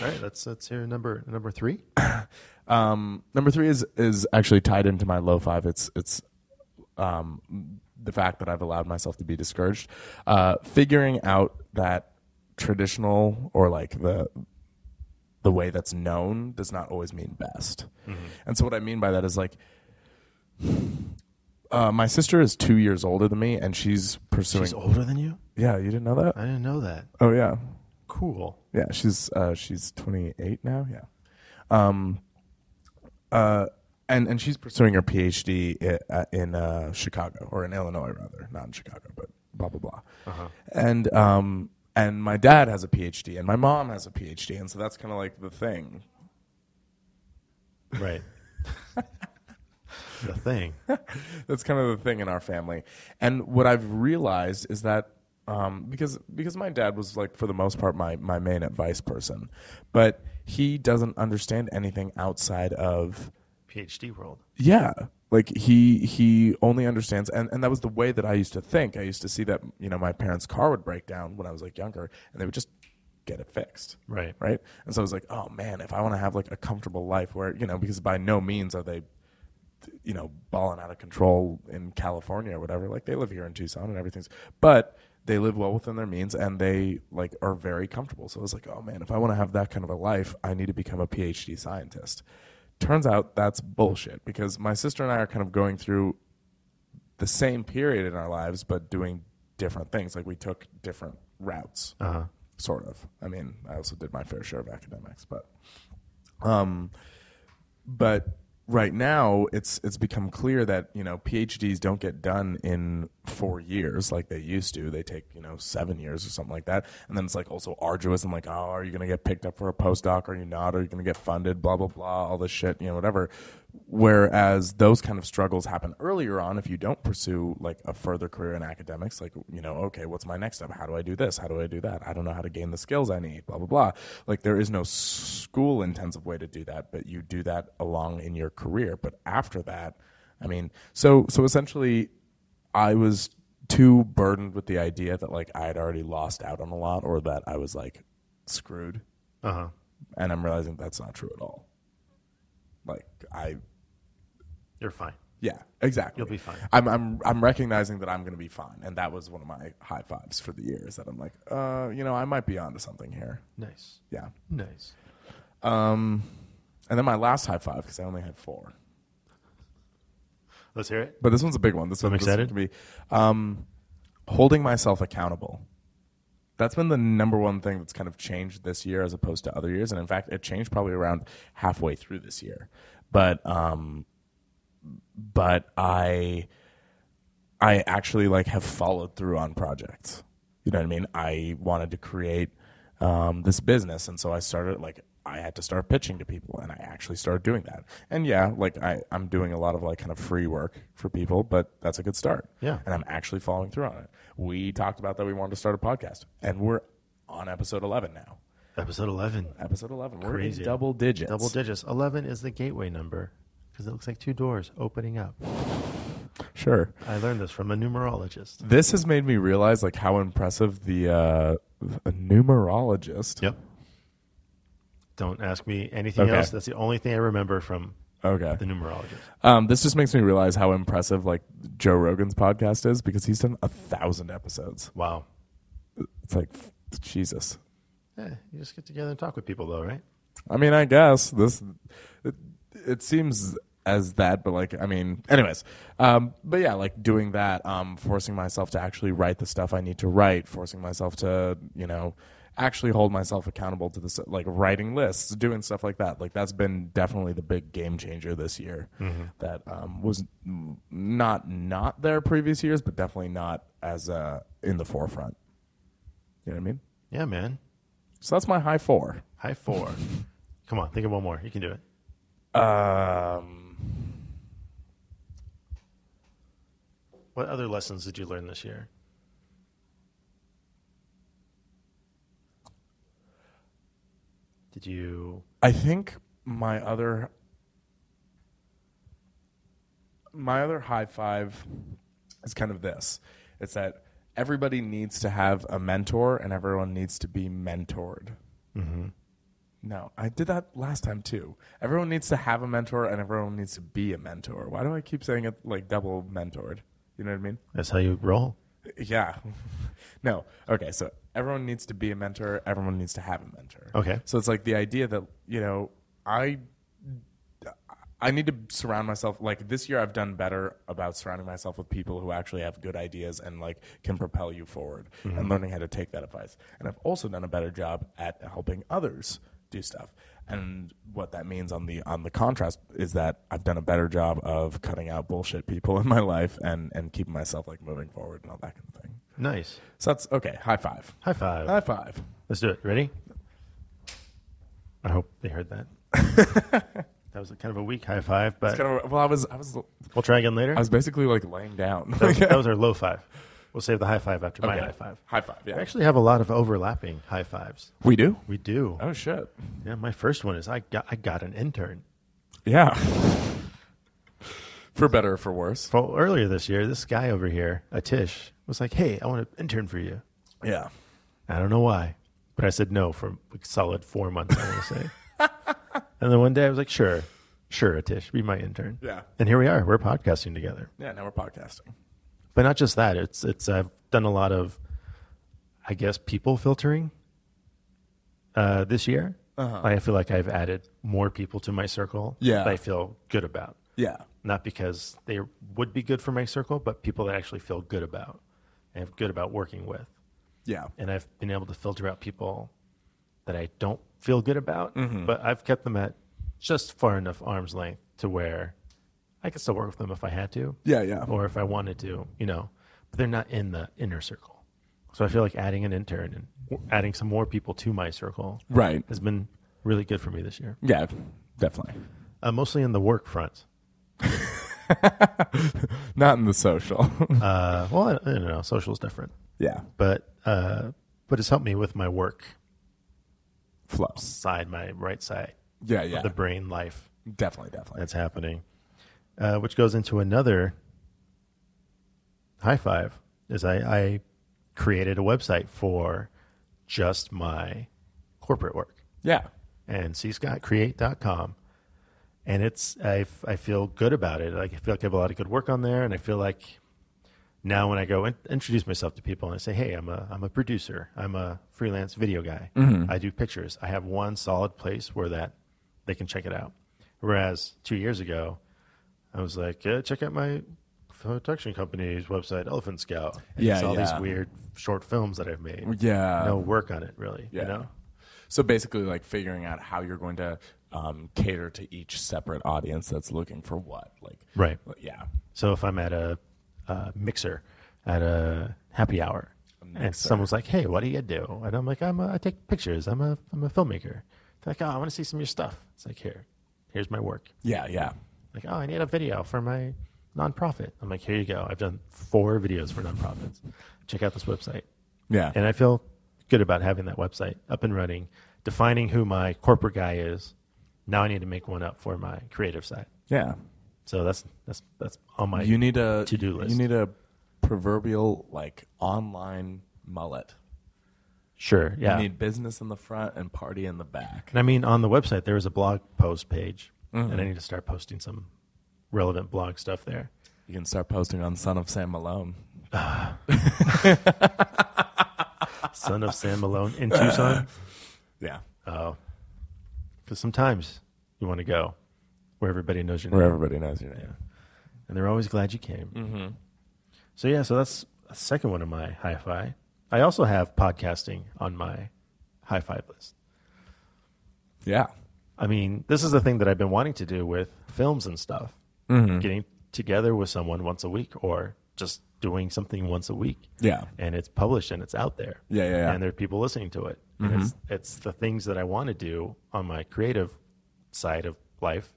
right, let's let's hear number number three. Um, number three is is actually tied into my low five. It's it's um, the fact that I've allowed myself to be discouraged. Uh, figuring out that traditional or like the the way that's known does not always mean best. And so what I mean by that is like uh, my sister is two years older than me, and she's pursuing. She's Uh, older than you. Yeah, you didn't know that. I didn't know that. Oh yeah, Cool. yeah, she's uh, she's 28 now. Yeah, um, uh, and and she's pursuing her PhD i- uh, in uh, Chicago or in Illinois rather, not in Chicago, but blah blah blah. And um, and my dad has a PhD and my mom has a PhD, and so that's kind of like the thing. Right. the thing. that's kind of the thing in our family. And what I've realized is that um, because because my dad was like for the most part my my main advice person, but he doesn't understand anything outside of PhD world. yeah like he he only understands and, and that was the way that i used to think i used to see that you know my parents car would break down when i was like younger and they would just get it fixed Right. right and so i was like oh man if i want to have like a comfortable life where you know because by no means are they you know balling out of control in california or whatever like they live here in tucson and everything's but they live well within their means and they like are very comfortable so i was like oh man if i want to have that kind of a life i need to become a phd scientist turns out that's bullshit because my sister and i are kind of going through the same period in our lives, but doing different things. Like we took different routes, sort of. I mean, I also did my fair share of academics, but, um, but right now it's it's become clear that you know PhDs don't get done in four years like they used to. They take you know seven years or something like that, and then it's like also arduous and like, oh, are you going to get picked up for a postdoc? Are you not? Are you going to get funded? Blah blah blah, all this shit, you know, whatever. Whereas those kind of struggles happen earlier on if you don't pursue like a further career in academics, like you know, okay, what's my next step? How do I do this? How do I do that? I don't know how to gain the skills I need. Blah blah blah. Like there is no school intensive way to do that, but you do that along in your career. But after that, I mean, so so essentially, I was too burdened with the idea that like I had already lost out on a lot, or that I was like screwed Uh huh. and I'm realizing that's not true at all. Like I, You're fine. yeah, exactly. You'll be fine. I'm I'm I'm recognizing that I'm going to be fine, and that was one of my high fives for the year. Is that I'm like, uh, you know, I might be onto something here. Nice. Yeah. Nice. Um, and then my last high five because I only had four, Let's hear it. but this one's a big one. This one, I'm this one excited. can be, um, holding myself accountable. that's been the number one thing that's kind of changed this year as opposed to other years. And in fact, it changed probably around halfway through this year. But um, but I I actually like have followed through on projects. You know what I mean? I wanted to create um, this business, and so I started like I had to start pitching to people, and I actually started doing that. And yeah, like I I'm doing a lot of like kind of free work for people, but that's a good start. Yeah. and I'm actually following through on it. We talked about that we wanted to start a podcast, and we're on episode 11 now. Episode 11. Episode 11, we're Crazy. in double digits. Double digits. 11 is the gateway number because it looks like two doors opening up. sure. I learned this from a numerologist. This has made me realize like how impressive the uh, a numerologist. Yep. Don't ask me anything Okay. else. That's the only thing I remember from Okay. the numerologist. Um, this just makes me realize how impressive like Joe Rogan's podcast is because he's done a thousand episodes. Wow. It's like Jesus. Yeah, you just get together and talk with people, though, right? I mean, I guess this it, it seems as that, but like I mean, anyways. Um, but yeah, like doing that, um, forcing myself to actually write the stuff I need to write, forcing myself to you know actually hold myself accountable to this like writing lists doing stuff like that like that's been definitely the big game changer this year that um, was n- not not there previous years but definitely not as uh, in the forefront you know what i mean Yeah, man. so that's my high four High four. Come on, think of one more. You can do it. um What other lessons did you learn this year? Did you? I think my other my other high five is kind of this. It's that everybody needs to have a mentor and everyone needs to be mentored. No, I did that last time too. Everyone needs to have a mentor and everyone needs to be a mentor. Why do I keep saying it like double mentored? You know what I mean? That's how you roll. Yeah. no. Okay. So everyone needs to be a mentor. Everyone needs to have a mentor. Okay. So it's like the idea that you know I I need to surround myself like this year I've done better about surrounding myself with people who actually have good ideas and like can propel you forward and learning how to take that advice. And I've also done a better job at helping others do stuff. And what that means on the on the contrast is that I've done a better job of cutting out bullshit people in my life and and keeping myself like moving forward and all that kind of thing. Nice. So that's okay. High five. High five. High five. Let's do it. Ready? I hope they heard that. that was a kind of a weak high five, but It's kind of, well, I was I was we'll try again later. I was basically like laying down. that, was, that was our low five. We'll save the high five after my high five. High five. Yeah. We actually have a lot of overlapping high fives. we do. We do. Oh shit. Yeah, my first one is I got I got an intern. Yeah. for better or for worse. Well, earlier this year, this guy over here, Atish, was like, "Hey, I want an intern for you." Yeah. I don't know why, but I said no for a solid four months. I want to say. and then one day I was like, "Sure, sure, Atish, be my intern." Yeah. And here we are. We're podcasting together. Yeah. Now we're podcasting. But not just that. It's it's I've done a lot of, I guess, people filtering. Uh, this year, I feel like I've added more people to my circle. Uh-huh. Yeah. that I feel good about. Yeah. not because they would be good for my circle, but people that I actually feel good about and have good about working with. Yeah. And I've been able to filter out people that I don't feel good about, but I've kept them at just far enough arm's length to where I could still work with them if I had to Yeah. Yeah. or if I wanted to, you know, but they're not in the inner circle. So I feel like adding an intern and w- adding some more people to my circle Right. has been really good for me this year, Yeah. Definitely. uh, mostly in the work front. Not in the social. Uh, well, I I don't know, social is different. yeah. but uh, but it's helped me with my work Flows. side, my right side, Yeah. Yeah. the brain life definitely. Definitely. that's happening, uh, which goes into another high five. Is I, I created a website for just my corporate work Yeah. and cscottcreate.com. And it's I, f- I feel good about it. Like I feel like I have a lot of good work on there, and I feel like now when I go and introduce myself to people and I say, "Hey, I'm a I'm a producer. I'm a freelance video guy. Mm-hmm. I do pictures. I have one solid place where that they can check it out." Whereas two years ago, I was like, yeah, "Check out my production company's website, Elephant Scout. And Yeah, it's all yeah. these weird short films that I've made. Yeah. no work on it really. You know, So basically, like figuring out how you're going to um, cater to each separate audience that's looking for what. Like, right? yeah. So if I'm at a, a mixer at a happy hour, and someone's like, "Hey, what do you do?" and I'm like, "I'm a, I take pictures. I'm a I'm a filmmaker." They're like, "Oh, I want to see some of your stuff." It's like, "Here, here's my work." Yeah, yeah. Like, "Oh, I need a video for my nonprofit." I'm like, "Here you go. I've done four videos for nonprofits. Check out this website." Yeah. And I feel good about having that website up and running, defining who my corporate guy is. Now I need to make one up for my creative side. yeah. So that's that's that's on my You need a To-do list. You need a proverbial like online mullet. sure. Yeah. You need business in the front and party in the back. And I mean, on the website, there is a blog post page, and I need to start posting some relevant blog stuff there. You can start posting on Son of Sam Malone. Son of Sam Malone in Tucson. Yeah. Because sometimes you want to go where everybody knows your name, Where everybody knows your name. and they're always glad you came. Mm-hmm. So, yeah, so that's a second one of my hi fi. I also have podcasting on my hi fi list. Yeah. I mean, this is the thing that I've been wanting to do with films and stuff. Mm-hmm. Getting together with someone once a week or just doing something once a week. Yeah. And it's published and it's out there. Yeah, yeah, Mm-hmm. yeah. And there are people listening to it. And it's, it's the things that I want to do on my creative side of life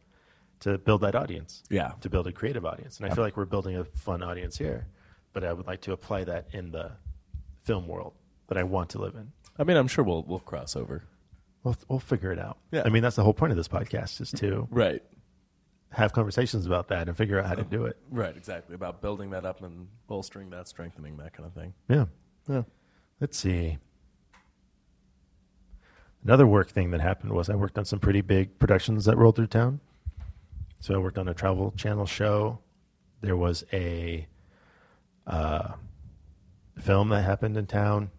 to build that audience. Yeah. To build a creative audience. And I feel like we're building a fun audience here, but I would like to apply that in the film world that I want to live in. I mean, I'm sure we'll we'll cross over. We'll, we'll figure it out. Yeah. Mm-hmm. I mean, that's the whole point of this podcast is to Right. have conversations about that and figure out how to do it. Right. Exactly. About building that up and bolstering that, strengthening that kind of thing. Yeah. Oh. Yeah. Let's see. Another work thing that happened was I worked on some pretty big productions that rolled through town. So I worked on a travel channel show. There was a uh, film that happened in town,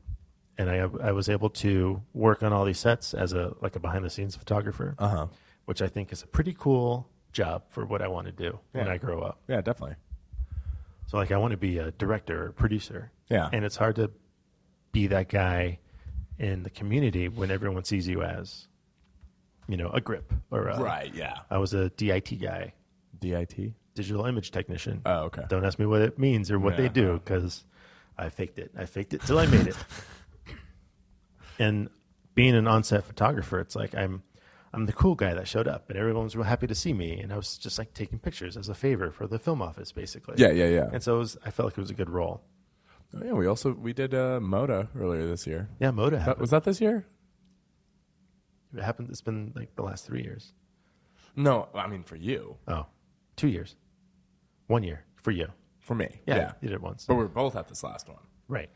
and I I was able to work on all these sets as a like a behind the scenes photographer, Uh-huh. which I think is a pretty cool job for what I want to do when Yeah. I grow up. Yeah. Definitely. So like I want to be a director or producer. Yeah. And it's hard to be that guy in the community when everyone sees you as, you know, a grip or a, right. Yeah. I was a DIT guy, DIT. digital image technician. Oh, okay. Don't ask me what it means or what they Yeah. do because I faked it. I faked it till I made it. and being an on-set photographer, it's like I'm I'm the cool guy that showed up and everyone was real happy to see me and I was just like taking pictures as a favor for the film office basically. Yeah. Yeah. Yeah. And so it was, I felt like it was a good role. Oh, yeah. We also we did uh, Moda earlier this year. Yeah, Moda That, happened. was that this year? it happened. It's been like the last three years. No, I mean for you, Oh, two years. One year for you. for me. Yeah, you did it once. But we were both at this last one. right.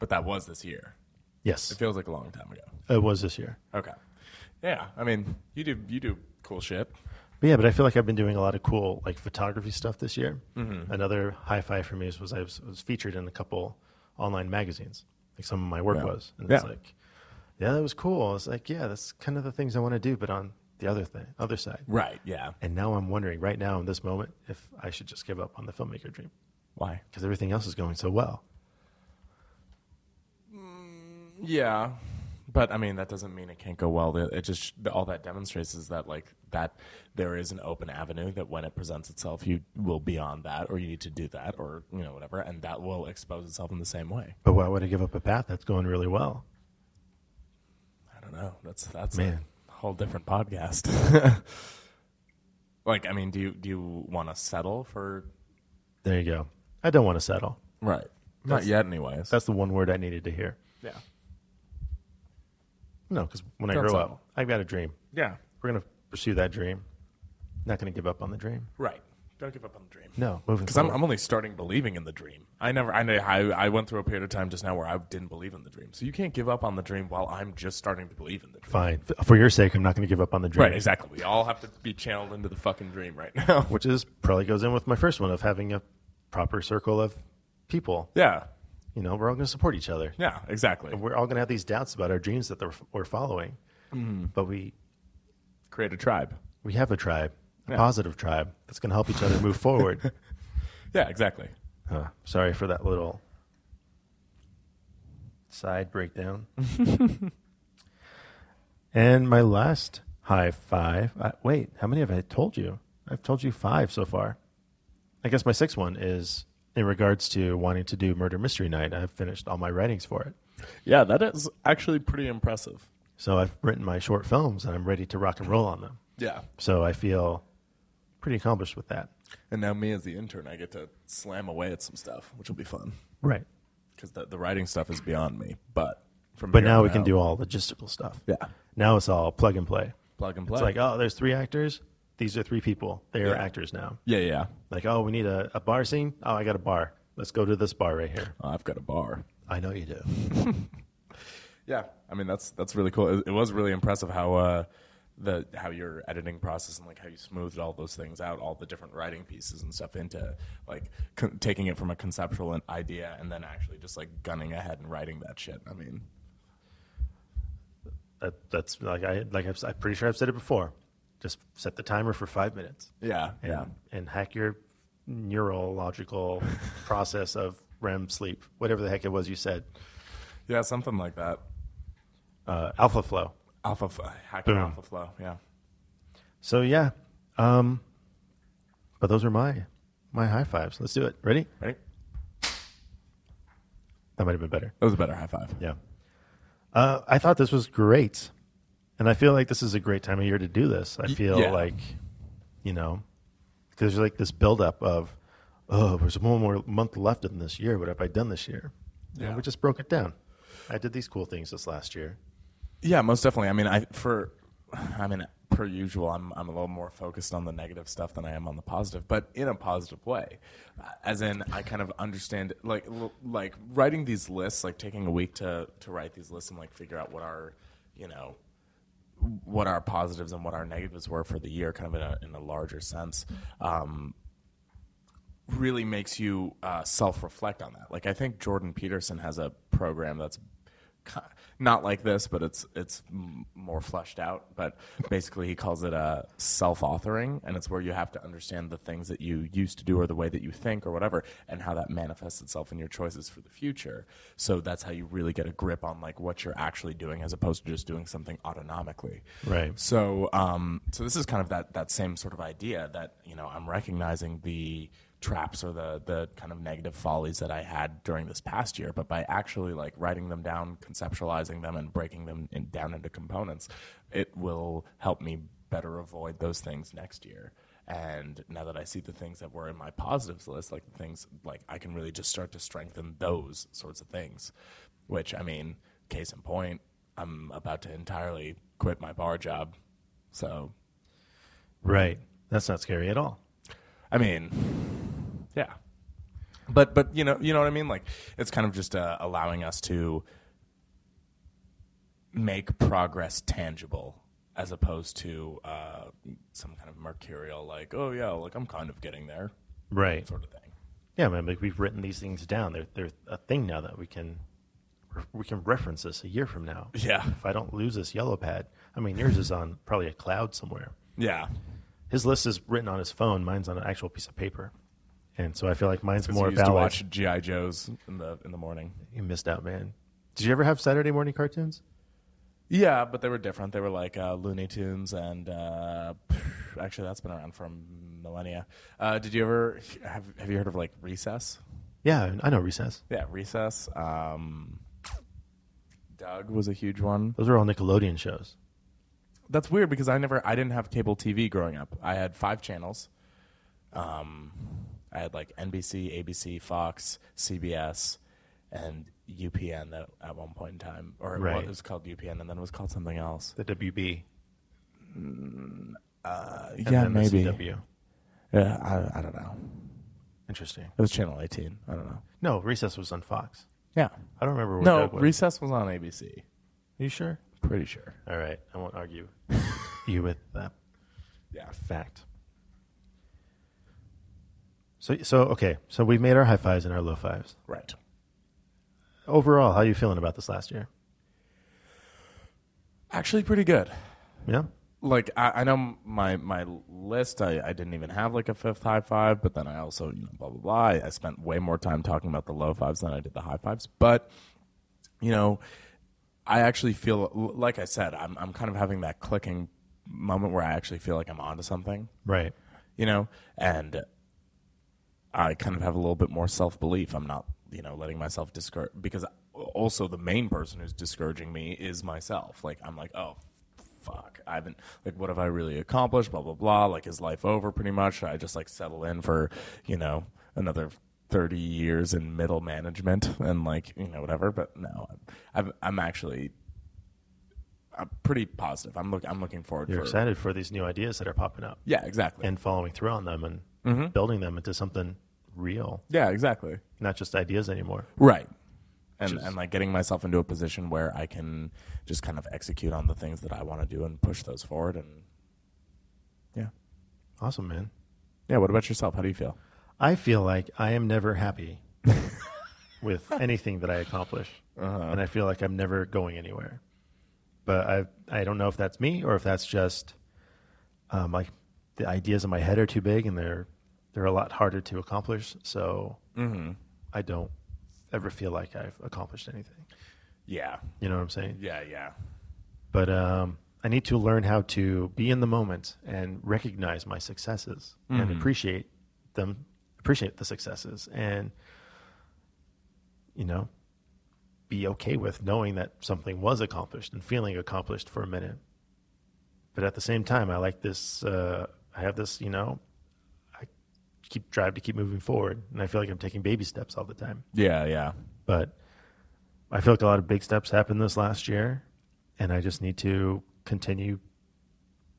But that was this year. Yes, It feels like a long time ago. it was this year. Okay. Yeah. I mean, you do you do cool shit. But yeah, but I feel like I've been doing a lot of cool like photography stuff this year. Mm-hmm. Another high five for me is was I was, was featured in a couple online magazines. Like some of my work Yeah. was, and it's Yeah. like, yeah, that was cool. It's like, yeah, that's kind of the things I want to do, but on the other thing, other side. Right. Yeah. And now I'm wondering right now in this moment if I should just give up on the filmmaker dream. Why? because everything else is going so well. Yeah. But I mean, that doesn't mean it can't go well. It it just all that demonstrates is that like that there is an open avenue that when it presents itself, you will be on that, or you need to do that, or you know whatever, and that will expose itself in the same way. But why would I give up a path that's going really well? I don't know. That's that's Man. a whole different podcast. like, I mean, do you do you want to settle for There you go. I don't want to settle. right? Not yet, anyways. That's the one word I needed to hear. yeah, No, because when I Don't grow settle. up, I've got a dream. yeah, We're going to pursue that dream. Not going to give up on the dream. right. Don't give up on the dream. No, moving Because I'm, forward. I'm only starting believing in the dream. I never, I, know- I I went through a period of time just now where I didn't believe in the dream. So you can't give up on the dream while I'm just starting to believe in the dream. fine. F- For your sake, I'm not going to give up on the dream. Right, Oh. exactly. We all have to be channeled into the fucking dream right now. Which is probably goes in with my first one of having a proper circle of people. yeah, You know, we're all going to support each other. yeah, exactly. We're all going to have these doubts about our dreams that they're, we're following. Mm-hmm. But we Create a tribe. we have a tribe, a positive tribe that's going to help each other move forward. Yeah, exactly. Huh. Sorry for that little side breakdown. and my last high five. I, wait, how many have I told you? I've told you five so far. I guess my sixth one is in regards to wanting to do Murder Mystery Night. I've finished all my writings for it. Yeah, that is actually pretty impressive. So I've written my short films and I'm ready to rock and roll on them. Yeah. So I feel pretty accomplished with that. And now me as the intern, I get to slam away at some stuff, which will be fun Right. because the, the writing stuff is beyond me. But from But here now on we can out, do all logistical stuff. Yeah. Now it's all plug and play. plug and play. It's like, oh, there's three actors. These are three people. They are Yeah. actors now. yeah, yeah. Like, oh, we need a, a bar scene. Oh, I got a bar. Let's go to this bar right here. Oh, I've got a bar. I know you do. Yeah, I mean that's that's really cool. It, it was really impressive how uh, the how your editing process and like how you smoothed all those things out, all the different writing pieces and stuff into like con- taking it from a conceptual and idea and then actually just like gunning ahead and writing that shit. I mean, That, that's like I like I've, I'm pretty sure I've said it before. Just set the timer for five minutes. yeah, And, And hack your neurological process of REM sleep, whatever the heck it was you said. yeah, something like that. Uh, alpha flow. Alpha f- hacking Boom. alpha flow. Yeah, So yeah. Um, but those are my my high fives. Let's do it. Ready? ready? That might have been better. That was a better high five. Yeah. Uh, I thought this was great. And I feel like this is a great time of year to do this. I feel yeah. like, you know, because there's like this buildup of, oh, there's one more month left in this year. What have I done this year? Yeah. Yeah. we just broke it down. I did these cool things this last year. Yeah, most definitely. I mean, I for I mean, per usual, I'm I'm a little more focused on the negative stuff than I am on the positive, but in a positive way. Uh, As in, I kind of understand like l- like writing these lists, like taking a week to to write these lists and like figure out what our you know what our positives and what our negatives were for the year, kind of in a in a larger sense. Um, really makes you uh, self reflect on that. Like I think Jordan Peterson has a program that's ki- not like this, but it's it's m- more fleshed out. But basically, he calls it uh, self authoring, and it's where you have to understand the things that you used to do or the way that you think or whatever, and how that manifests itself in your choices for the future. So that's how you really get a grip on like what you're actually doing, as opposed to just doing something autonomically. Right. So, um, so this is kind of that that same sort of idea that you know I'm recognizing the traps or the the kind of negative follies that I had during this past year, but by actually like writing them down, conceptualizing them, and breaking them in, down into components, it will help me better avoid those things next year. And now that I see the things that were in my positives list, like the things like I can really just start to strengthen those sorts of things, which I mean, case in point, I'm about to entirely quit my bar job. So, Right. That's not scary at all. I mean, yeah. But but you know you know what I mean. Like it's kind of just uh, allowing us to make progress tangible, as opposed to uh, some kind of mercurial like oh yeah like I'm kind of getting there Right. sort of thing. Yeah, man. Like we've written these things down. They're, they're a thing now that we can we can reference this a year from now. Yeah If I don't lose this yellow pad, I mean, yours is on probably a cloud somewhere. yeah. His list is written on his phone. Mine's on an actual piece of paper, and so I feel like mine's 'Cause more you used valid. to watch GI Joes in the in the morning. You missed out, man. Did you ever have Saturday morning cartoons? Yeah, but they were different. They were like uh, Looney Tunes, and uh, actually, that's been around for millennia. Uh, did you ever have Have you heard of like Recess? Yeah, I know Recess. Yeah, Recess. Um, Doug was a huge one. Those are all Nickelodeon shows. That's weird because I never, I didn't have cable TV growing up. I had five channels. Um, I had like NBC, ABC, Fox, CBS, and UPN that at one point in time, or it wa- Right. it was called UPN, and then it was called something else. The WB. and yeah, then the maybe. CW. Yeah, I, I don't know. Interesting. It was Channel 18. I don't know. No, Recess was on Fox. Yeah. I don't remember. Where No, Doug was. Recess was on ABC. Are you sure? Pretty sure. All right, I won't argue you with that Yeah. fact. So, so okay. So we've made our high fives and our low fives. Right. Overall, how are you feeling about this last year? Actually, pretty good. Yeah. like I, I know my my list. I, I didn't even have like a fifth high five, but then I also you know blah blah blah. I, I spent way more time talking about the low fives than I did the high fives. But you know, I actually feel like I said I'm I'm kind of having that clicking moment where I actually feel like I'm onto something. Right. You know, and I kind of have a little bit more self belief. I'm not you know letting myself discourage because also the main person who's discouraging me is myself. Like I'm like oh fuck, I haven't like what have I really accomplished? Blah blah blah. Like is life over pretty much? Should I just like settle in for you know another thirty years in middle management and like you know whatever? But no, I'm I'm actually I'm pretty positive. I'm look I'm looking forward. You're for, excited for these new ideas that are popping up Yeah, exactly. and following through on them and building them into something real, yeah, exactly. not just ideas anymore. Right. And, and like getting myself into a position where I can just kind of execute on the things that I want to do and push those forward and yeah Awesome, man. yeah what about yourself how do you feel I feel like I am never happy with anything that I accomplish, and I feel like I'm never going anywhere. But I I don't know if that's me or if that's just um, like the ideas in my head are too big and they're they're a lot harder to accomplish. So I don't ever feel like I've accomplished anything. yeah You know what I'm saying? yeah yeah But um, I need to learn how to be in the moment and recognize my successes and appreciate them, appreciate the successes, and you know, be okay with knowing that something was accomplished and feeling accomplished for a minute. But at the same time, I like this. Uh, I have this, you know, I keep drive to keep moving forward, and I feel like I'm taking baby steps all the time yeah yeah but I feel like a lot of big steps happened this last year, and I just need to continue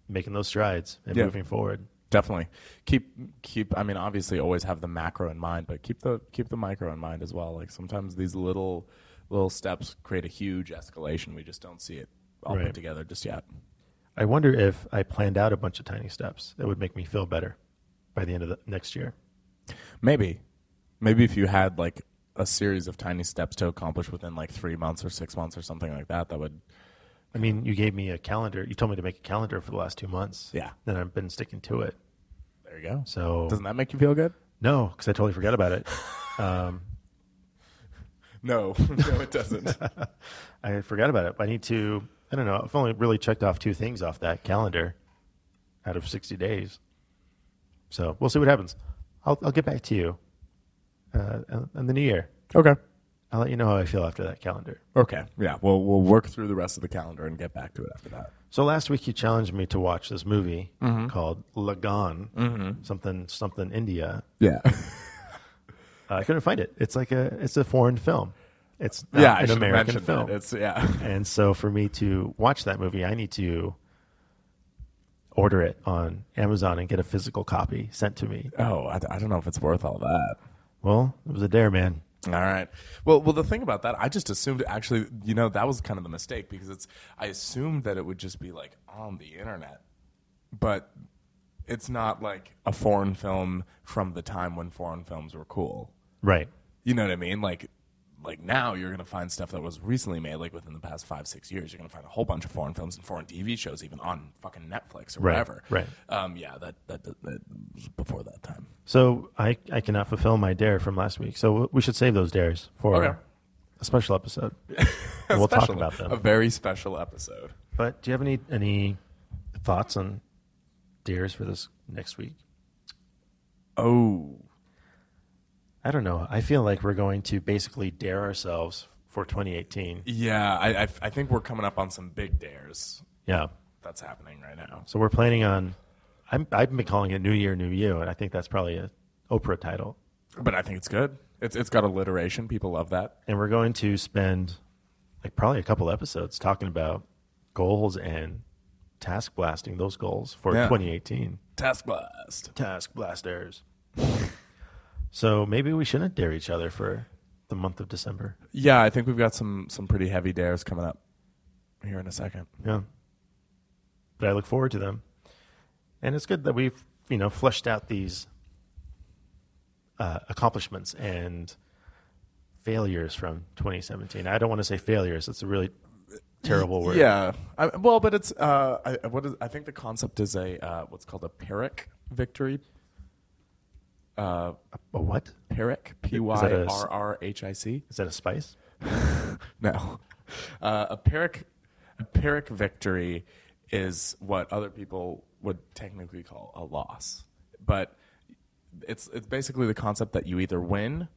making those strides and Yeah. moving forward. definitely keep keep i mean obviously always have the macro in mind but keep the keep the micro in mind as well like sometimes these little little steps create a huge escalation we just don't see it all Right. put together just yet I wonder if I planned out a bunch of tiny steps that would make me feel better by the end of the next year. maybe maybe if you had like a series of tiny steps to accomplish within like three months or six months or something like that that would I mean, you gave me a calendar. You told me to make a calendar for the last two months. Yeah. Then I've been sticking to it. there you go So, doesn't that make you feel good no, because I totally forgot about it. no no it doesn't I forgot about it. I need to, I don't know. I've only really checked off two things off that calendar out of 60 days. So we'll see what happens. I'll, I'll get back to you uh, in the new year. okay I'll let you know how I feel after that calendar. okay yeah we'll we'll work through the rest of the calendar and get back to it after that So last week you challenged me to watch this movie Mm-hmm. called Lagan, something something India. yeah Uh, I couldn't find it. It's like a it's a foreign film. It's not yeah I an should American mention film. that. it's yeah And so for me to watch that movie, I need to order it on Amazon and get a physical copy sent to me. Oh, I, I don't know if it's worth all that. Well, it was a dare, man. All right. Well, well, the thing about that, I just assumed actually, you know, that was kind of the mistake because it's I assumed that it would just be like on the internet, but it's not like a foreign film from the time when foreign films were cool. Right. You know what I mean? Like, like now you're gonna find stuff that was recently made, like within the past five, six years. You're gonna find a whole bunch of foreign films and foreign TV shows, even on fucking Netflix or Right, whatever. right. Um, yeah, that, that that was before that time. So I, I cannot fulfill my dare from last week. So we should save those dares for Okay. a special episode. And we'll talk Special- about A them. very special episode. But do you have any any thoughts on dares for this next week? Oh, I don't know. I feel like we're going to basically dare ourselves for 2018. yeah. I, I, I think we're coming up on some big dares Yeah. that's happening right now. So we're planning on. I'm, I've been calling it New Year, New You, and I think that's probably a Oprah title. But I think it's good. It's it's got alliteration. People love that. And we're going to spend like probably a couple episodes talking about goals and task blasting those goals for Yeah. 2018. Task blast. Task blasters. so maybe we shouldn't dare each other for the month of December. Yeah, I think we've got some some pretty heavy dares coming up here in a second. Yeah. But I look forward to them. And it's good that we've, you know, fleshed out these uh, accomplishments and failures from 2017. I don't want to say failures. It's a really terrible word. Yeah. I, well, but it's uh, I, I- what is, I think the concept is a uh, what's called a Pyrrhic victory. Uh, A what? Pyrrhic, P Y that a s- R R H I C. Is that a spice? No, uh, a Pyrrhic, a Pyrrhic victory is what other people would technically call a loss, but it's it's basically the concept that you either win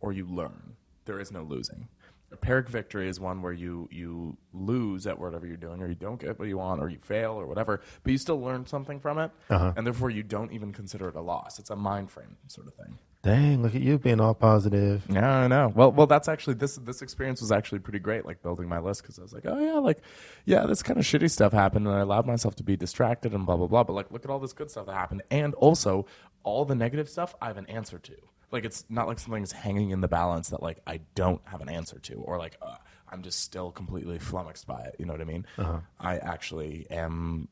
or you learn. There is no losing. A Pyrrhic victory is one where you you lose at whatever you're doing, or you don't get what you want, or you fail, or whatever, but you still learn something from it, and therefore you don't even consider it a loss. It's a mind frame sort of thing. Dang, look at you being all positive. Yeah, I know. Well, well, that's actually this. This experience was actually pretty great. Like building my list because I was like, oh yeah, like yeah, this kind of shitty stuff happened, and I allowed myself to be distracted and blah blah blah. But like, look at all this good stuff that happened, and also all the negative stuff I have an answer to. Like, it's not like something's hanging in the balance that like I don't have an answer to, or like uh, I'm just still completely flummoxed by it. You know what I mean? I actually am.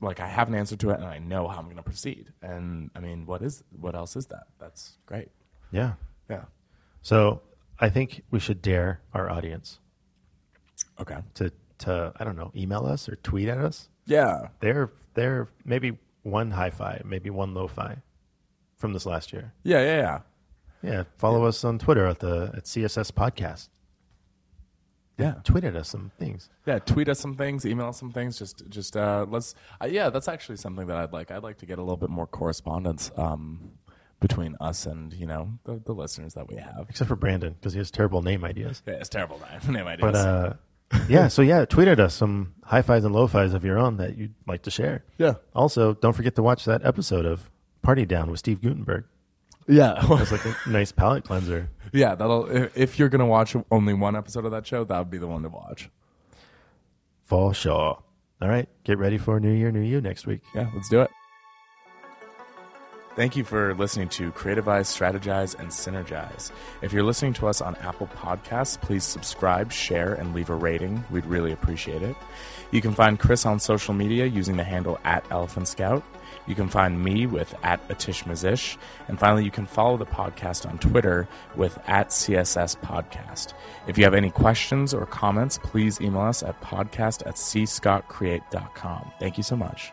Like I have an answer to it, and I know how I'm going to proceed. And I mean, what is what else is that? That's great. Yeah. Yeah. So I think we should dare our audience Okay. to to I don't know, email us or tweet at us. Yeah. They're they're maybe one hi fi, maybe one lo fi from this last year. Yeah, yeah, yeah. Yeah. Follow us on Twitter at the at CSS Podcast. Yeah. Tweet at us some things. Yeah, tweet us some things, email us some things, just just uh let's uh, yeah, that's actually something that I'd like. I'd like to get a little bit more correspondence um between us and, you know, the, the listeners that we have. Except for Brandon, because he has terrible name ideas. Yeah, it's terrible name, name ideas. But uh yeah, so yeah, tweet at us some hi fis and lo fis of your own that you'd like to share. yeah. Also, don't forget to watch that episode of Party Down with Steve Gutenberg. Yeah. It's like a nice palate cleanser. yeah, that'll if, if you're going to watch only one episode of that show, that would be the one to watch. For sure. All right, get ready for New Year, New You next week. Yeah, let's do it. Thank you for listening to Creativize, Strategize, and Synergize. If you're listening to us on Apple Podcasts, please subscribe, share, and leave a rating. We'd really appreciate it. You can find Chris on social media using the handle at Elephant Scout. You can find me with at Atish Mazish. And finally, you can follow the podcast on Twitter with at CSS Podcast. If you have any questions or comments, please email us at podcast at cscottcreate.com. Thank you so much.